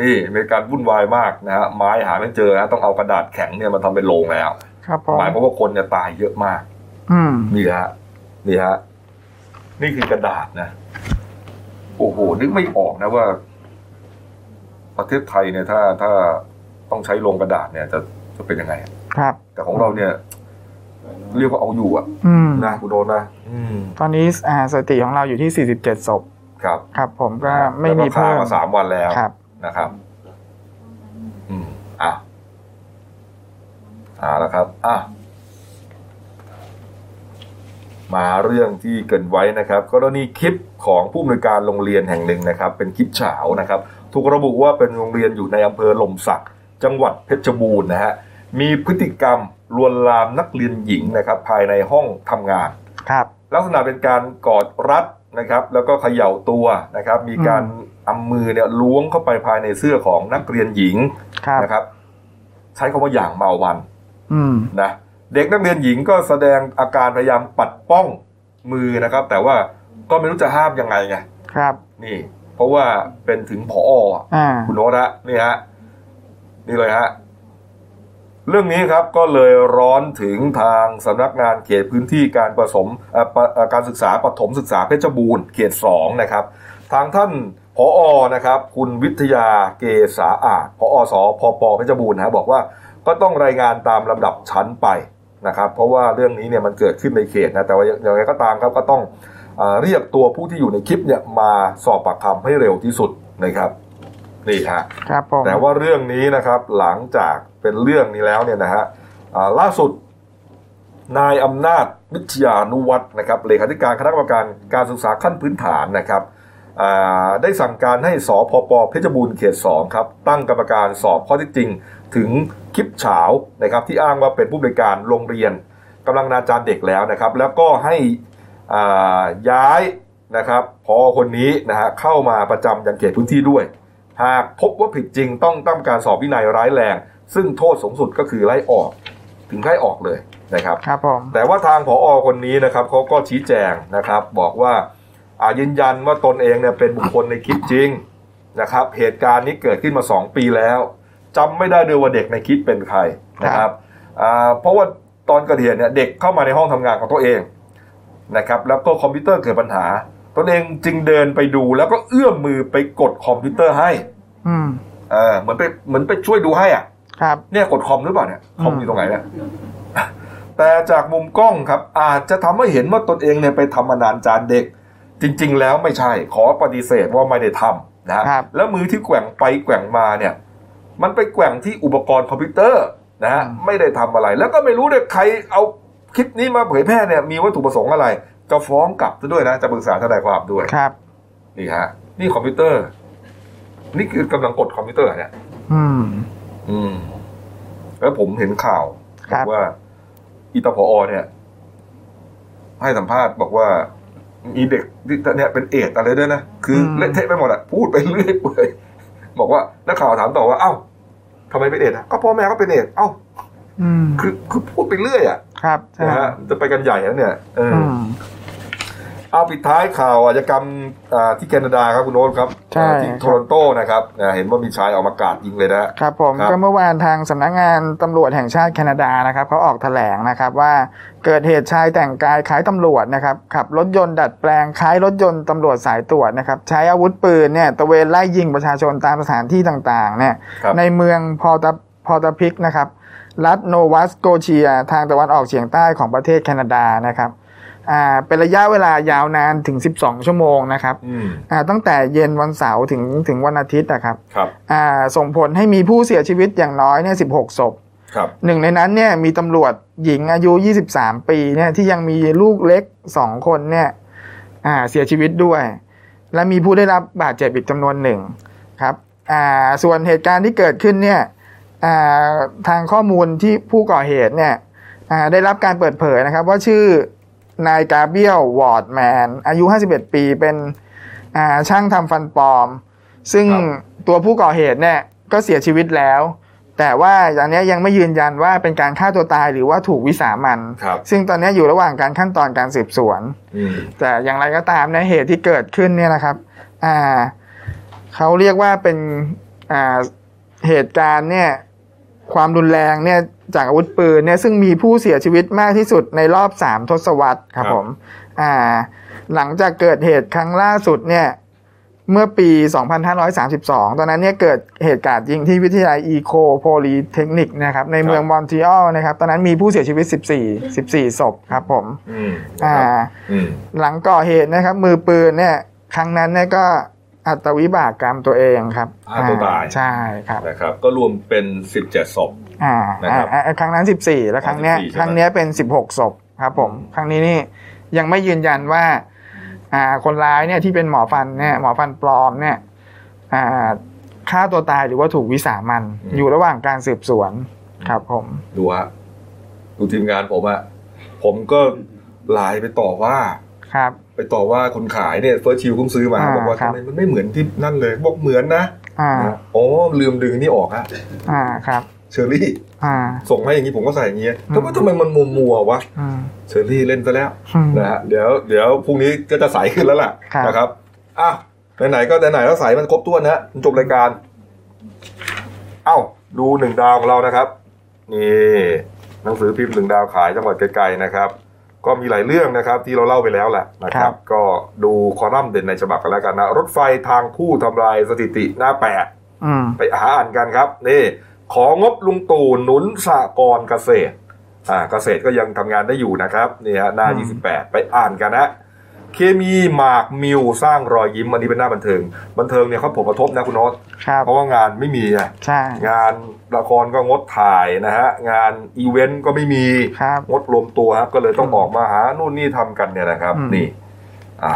A: นี่อเมริกันวุ่นวายมากนะฮะไม้หาไม่เจอนะต้องเอากระดาษแข็งเนี่ยมาทำเป็นโรงแล้ว
B: ครับผม
A: หมายความว่าคนเนี่ยตายเยอะมาก
B: อืม
A: นี่ฮะนี่ฮะนี่คือกระดาษนะ โอ้โหนึกไม่ออกนะว่า ประเทศไทยเนี่ย ถ้าถ้าต้องใช้โรงกระดาษเนี่ย จะจะเป็นยังไงอะ
B: ครับ
A: แต่ของเราเนี่ย เรียกว่าเอาอยู่อะ
B: อืม
A: นะคุณโดนนะอืม
B: ตอนนี้อ่าสถิติของเราอยู่ที่ 47ศพ
A: ครับ
B: ครับ ผมก็ไม่มี
A: แล้วก็ค้า
B: เพิ่ม
A: มาสามวันแล้ว
B: ครับ
A: นะครับ อืม อ่ะเอาละครับ อ่ะ มาเรื่องที่เกรินไว้นะครับกรณีคลิปของผู้อำนวยการโรงเรียนแห่งหนึ่งนะครับ เป็นคลิปเฉานะครับถูกระบุว่าเป็นโรงเรียนอยู่ในอำเภอหล่มสัก จังหวัดเพชรบูรณ์นะฮะมีพฤติกรรมลวนลามนักเรียนหญิงนะครับภายในห้องทำงาน
B: ครับ
A: ลักษณะเป็นการกอดรัดนะครับแล้วก็เขย่าตัวนะครับมีการเอามือเนี่ยล้วงเข้าไปภายในเสื้อของนักเรียนหญิง
B: ครับ
A: นะครับ ใช้คำว่าอย่างเมามัน
B: อืม
A: นะเด็กนักเรียนหญิงก็แสดงอาการพยายามปัดป้องมือนะครับ แต่ว่าก็ไม่รู้จะห้ามยังไงไง
B: ครับ
A: นี่ เพราะว่าเป็นถึงผออะ
B: อ่า
A: คุณโนตฮะนี่ฮะนี่เลยฮะเรื่องนี้ครับก็เลยร้อนถึงทางสำนักงานเขตพื้นที่การผสมเอ่อปะเอ่อการศึกษาปฐมศึกษาเพชรบูรณ์เขตสองนะครับ ทางท่านผออนะครับ คุณวิทยาเกษาอาจผอสพปเพชรบูรณ์นะบอกว่าก็ต้องรายงานตามลำดับชั้นไปนะครับ เพราะว่าเรื่องนี้เนี่ยมันเกิดขึ้นในเขตนะแต่ว่าอย่างอย่างไรก็ตามครับก็ต้องเออเรียกตัวผู้ที่อยู่ในคลิปเนี่ยมาสอบปากคำให้เร็วที่สุดนะครับนี่ฮะ
B: ครับผม
A: แต่ว่าเรื่องนี้นะครับหลังจากเป็นเรื่องนี้แล้วเนี่ยนะฮะอ่าล่าสุดนายอำนาจวิทยานุวัฒน์นะครับเลขาธิการคณะกรรมการการศึกษาขั้นพื้นฐานนะครับอ่าได้สั่งการให้สพปเพชรบูรณ์เขตสองครับตั้งกรรมการสอบข้อเที่จริง ถึงคลิปเฉานะครับที่อ้างว่าเป็นผู้บริการโรงเรียนกำลังนาจารเด็กแล้วนะครับ แล้วก็ให้ อ่าย้ายนะครับพอคนนี้นะฮะเข้ามาประจำยังเขตพื้นที่ด้วย หากพบว่าผิดจริงต้องตั้งการสอบวินัยร้ายแรง ซึ่งโทษสูงสุดก็คือไล่ออกถึงไล่ออกเลยนะครับ
B: ครับผม
A: แต่ว่าทางผออคนนี้นะครับเขาก็ชี้แจงนะครับ บอกว่าอายืนยันว่าตนเองเนี่ยเป็นบุคคลในคลิปจริงนะครับ เหตุการณ์นี้เกิดขึ้นมา 2 ปีแล้วจำไม่ได้ด้วยว่าเด็กในคลิปเป็นใครนะครับอ่าเพราะว่าตอนเกิดเหตุเนี่ยเด็กเข้ามาในห้องทำงานของตัวเองนะครับ แล้วก็คอมพิวเตอร์เกิดปัญหา ตนเองจึงเดินไปดูแล้วก็เอื้อมมือไปกดคอมพิวเตอร์ให้
B: อืม
A: เออเหมือนไปเหมือนไปช่วยดูให้อ่ะ
B: ครับ
A: เนี่ยกดคอมหรือเปล่าเนี่ยคอม
B: อืม
A: อยู่ตรงไหนเนี่ย แต่จากมุมกล้องครับ อาจจะทำให้เห็นว่าตนเองเนี่ยไปทำอนาจารเด็ก จริง ๆ แล้วไม่ใช่ ขอปฏิเสธว่าไม่ได้ทำนะฮะ
B: ครับ
A: แล้วมือที่แกว่งไปแกว่งมาเนี่ย มันไปแกว่งที่อุปกรณ์คอมพิวเตอร์นะฮะไม่ได้ทำอะไร แล้วก็ไม่รู้ด้วยใครเอาคลิปนี้มาเผยแพร่เนี่ยมีวัตถุประสงค์อะไร จะฟ้องกลับซะด้วยนะจะปรึกษาทนายความด้วย
B: ครับ
A: นี่ฮะนี่คอมพิวเตอร์ นี่คือกำลังกดคอมพิวเตอร์เหรอเนี่ย
B: อืม
A: อืมแล้วผมเห็นข่าว
B: ครับ
A: ว่าอีตาพออเนี่ย ให้สัมภาษณ์บอกว่า มีเด็กที่เนี่ยเป็นเอดส์อะไรด้วยนะ คืออ
B: ม
A: เละเทะไปหมดอะพูดไปเรื่อยเปื่อยบอกว่านักข่าวถามต่อว่า เอ้าทำไมเป็นเอดส์อะก็พ่อแม่ก็เป็นเอดส์เอ้า
B: อืม
A: คือคือพูดไปเรื่อยอะ
B: ครับใช่
A: นะฮะจะไปกันใหญ่แล้วเนี่ยเอออ
B: อืม
A: เอาปิดท้ายข่าวอาชญากรรมอ่าที่แคนาดาครับคุณโน้ตครับ
B: ใช่
A: อ่าที่โทรอนโตนะครับอ่าเห็นว่ามีชายออกมากราดยิงเลยนะฮะ
B: ครับผม
A: ครับ
B: ก็เมื่อวานทางสำนักงานตำรวจแห่งชาติแคนาดานะครับเขาออกแถลงนะครับว่าเกิดเหตุชายแต่งกายคล้ายตำรวจนะครับขับรถยนต์ดัดแปลงคล้ายรถยนต์ตำรวจสายตรวจนะครับใช้อาวุธปืนเนี่ยตระเวนไล่ยิงประชาชนตามสถานที่ต่างๆเนี่ย
A: ครับ
B: ในเมืองพอตาพอตาพิกนะครับรัฐโนวาสโกเชีย ทางตะวันออกเฉียงใต้ของประเทศแคนาดานะครับอ่าเป็นระยะเวลายาวนานถึง 12 ชั่วโมงนะครับ
A: อืม
B: อ่าตั้งแต่เย็นวันเสาร์ถึงถึงวันอาทิตย์นะครับ
A: ครับ
B: อ่าส่งผลให้มีผู้เสียชีวิตอย่างน้อยเนี่ย16 ศพ
A: ครับ
B: หนึ่งในนั้นเนี่ยมีตำรวจหญิงอายุ 23 ปีเนี่ยที่ยังมีลูกเล็ก 2 คนเนี่ยอ่าเสียชีวิตด้วย และมีผู้ได้รับบาดเจ็บอีกจำนวนหนึ่งครับอ่าส่วนเหตุการณ์ที่เกิดขึ้นเนี่ยอ่าทางข้อมูลที่ผู้ก่อเหตุเนี่ยอ่าได้รับการเปิดเผยนะครับว่าชื่อนายกาเบียลวอร์ดแมนอายุ 51 ปีเป็นอ่าช่างทำฟันปลอม ซึ่ง
A: ครับ
B: ตัวผู้ก่อเหตุเนี่ยก็เสียชีวิตแล้ว แต่ว่าอย่างเนี้ยยังไม่ยืนยันว่าเป็นการฆ่าตัวตายหรือว่าถูกวิสามัน
A: ครับ
B: ซึ่งตอนเนี้ยอยู่ระหว่างการขั้นตอนการสืบสวน
A: อืม
B: แต่อย่างไรก็ตามในะเหตุที่เกิดขึ้นเนี่ยนะครับ อ่าเขาเรียกว่าเป็นอ่าเหตุการณ์เนี่ยความรุนแรงเนี่ยจากอาวุธปืนเนี่ยซึ่งมีผู้เสียชีวิตมากที่สุดในรอบสามทศวรรษครับ
A: ครับ
B: ผม อ่า หลังจากเกิดเหตุครั้งล่าสุดเนี่ยเมื่อปี 2532 ตอนนั้นเนี่ยเกิดเหตุการณ์ยิงที่วิทยาลัยอีโคโพลีเทคนิคนะครับในเมืองมอนทรีออลนะครับ ตอนนั้นมีผู้เสียชีวิต 14 14ศพครับผม
A: อืม
B: อ่า
A: นะครับอืม
B: หลังก่อเหตุนะครับ มือปืนเนี่ย ครั้งนั้นเนี่ยก็อัตวิบากกรรมตัวเองครับ
A: ฆ่าตัวตาย
B: ใช่ครับ
A: นะครับ ก็รวมเป็น 17ศพ
B: อ่า
A: นะครับ
B: อ่าอ่าครั้งนั้น 14 แล้วครั้งเนี้ย
A: 14ใช่ไหม
B: ครั้งเนี้ยเป็น 16ศพครับผม ครั้งนี้นี่ ยังไม่ยืนยันว่าอ่าคนร้ายเนี่ยที่เป็นหมอฟันเนี่ยหมอฟันปลอมเนี่ยอ่าฆ่าตัวตายหรือว่าถูกวิสามัน
A: อืม
B: อยู่ระหว่างการสืบสวนครับผม
A: ดูฮะดูทีมงานผมอะผมก็ไลน์ไปต่อว่า
B: ครับ
A: ไปต่อว่าคนขายเนี่ยเฟิร์สชิลเพิ่งซื้อมา
B: อ่า
A: บอกว่า
B: ครั
A: ทำ
B: บ
A: ไมมันไม่เหมือนที่นั่นเลย บอกเหมือนนะ
B: อ่า
A: นะอ๋อลืมดึงนี่ออกฮะ
B: อ่าครับ
A: เชอรี่
B: อ่า
A: ส่งให้อย่างนี้ผมก็ใส่อย่างนี้
B: อืม
A: แล้วว่าทำไมมันมัวมัวๆวะ
B: อืม
A: เชอรี่เล่นซะแล้ว
B: อืม
A: นะฮะเดี๋ยวเดี๋ยวพรุ่งนี้ก็จะใสขึ้นแล้วล่ะ
B: ครับ
A: นะครับอ่ะไหนๆก็ไหนๆแล้วใสมันครบถ้วนนะจบรายการ เอ้าดูหนึ่งดาวของเรานะครับนี่หนังสือพิมพ์หนึ่งดาวขายจังหวัดไกลๆนะครับ ก็มีหลายเรื่องนะครับที่เราเล่าไปแล้วแหละนะครับ ก็ดูคอลัมน์เด่นในฉบับกันแล้วกันนะรถไฟทางผู้ทำลายสถิติหน้าแปด
B: อืม
A: ไปหาอ่านกันครับนี่ของงบลุงตู่หนุนสหกรณ์เกษตรอ่าเกษตรก็ยังทำงานได้อยู่นะครับนี่ฮะหน้า
B: อืม
A: 28 ไปอ่านกันนะ เคมีหมากมิวสร้างรอยยิ้มอันนี้เป็นหน้าบันเทิง บันเทิงเนี่ยเขาผมกระทบนะคุณโนต
B: ครับ
A: เพราะว่างานไม่มีไง
B: ใช่
A: งานละครก็งดถ่ายนะฮะงานอีเวนต์ก็ไม่มี
B: ครับ
A: งดรวมตัวครับก็เลยต้องออกมาหานู่นนี่ทำกันเนี่ยนะครับ
B: อืม
A: นี่อ่ะ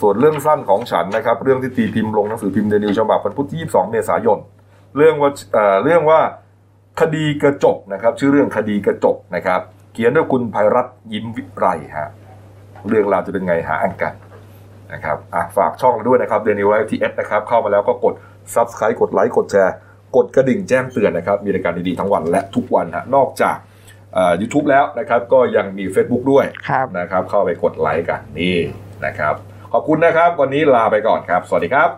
A: ส่วนเรื่องสั้นของฉันนะครับ เรื่องที่ตีพิมพ์ลงหนังสือพิมพ์เดนิวฉบับวันพุธที่ 22 เมษายน เรื่องว่าเอ่อเรื่องว่าคดีกระจกนะครับ ชื่อเรื่องคดีกระจกนะครับ เขียนโดยคุณภัยรัตน์ยิ้มวิไรฮะเรื่องราวจะเป็นไงหาอ่านกันนะครับอ่ะฝากช่องเราด้วยนะครับเดนิวไลฟ์ทีเอสนะครับเข้ามาแล้วก็กด subscribe กดไลค์กดแชร์ กดกระดิ่งแจ้งเตือนนะครับ มีรายการดีๆทั้งวันและทุกวันฮะนอกจาก ยูทูบแล้วนะครับก็ยังมี Facebook ด้วย
B: ครับ
A: นะครับ เข้าไปกดไลค์กันนี่นะครับ ขอบคุณนะครับ วันนี้ลาไปก่อนครับ สวัสดีครับ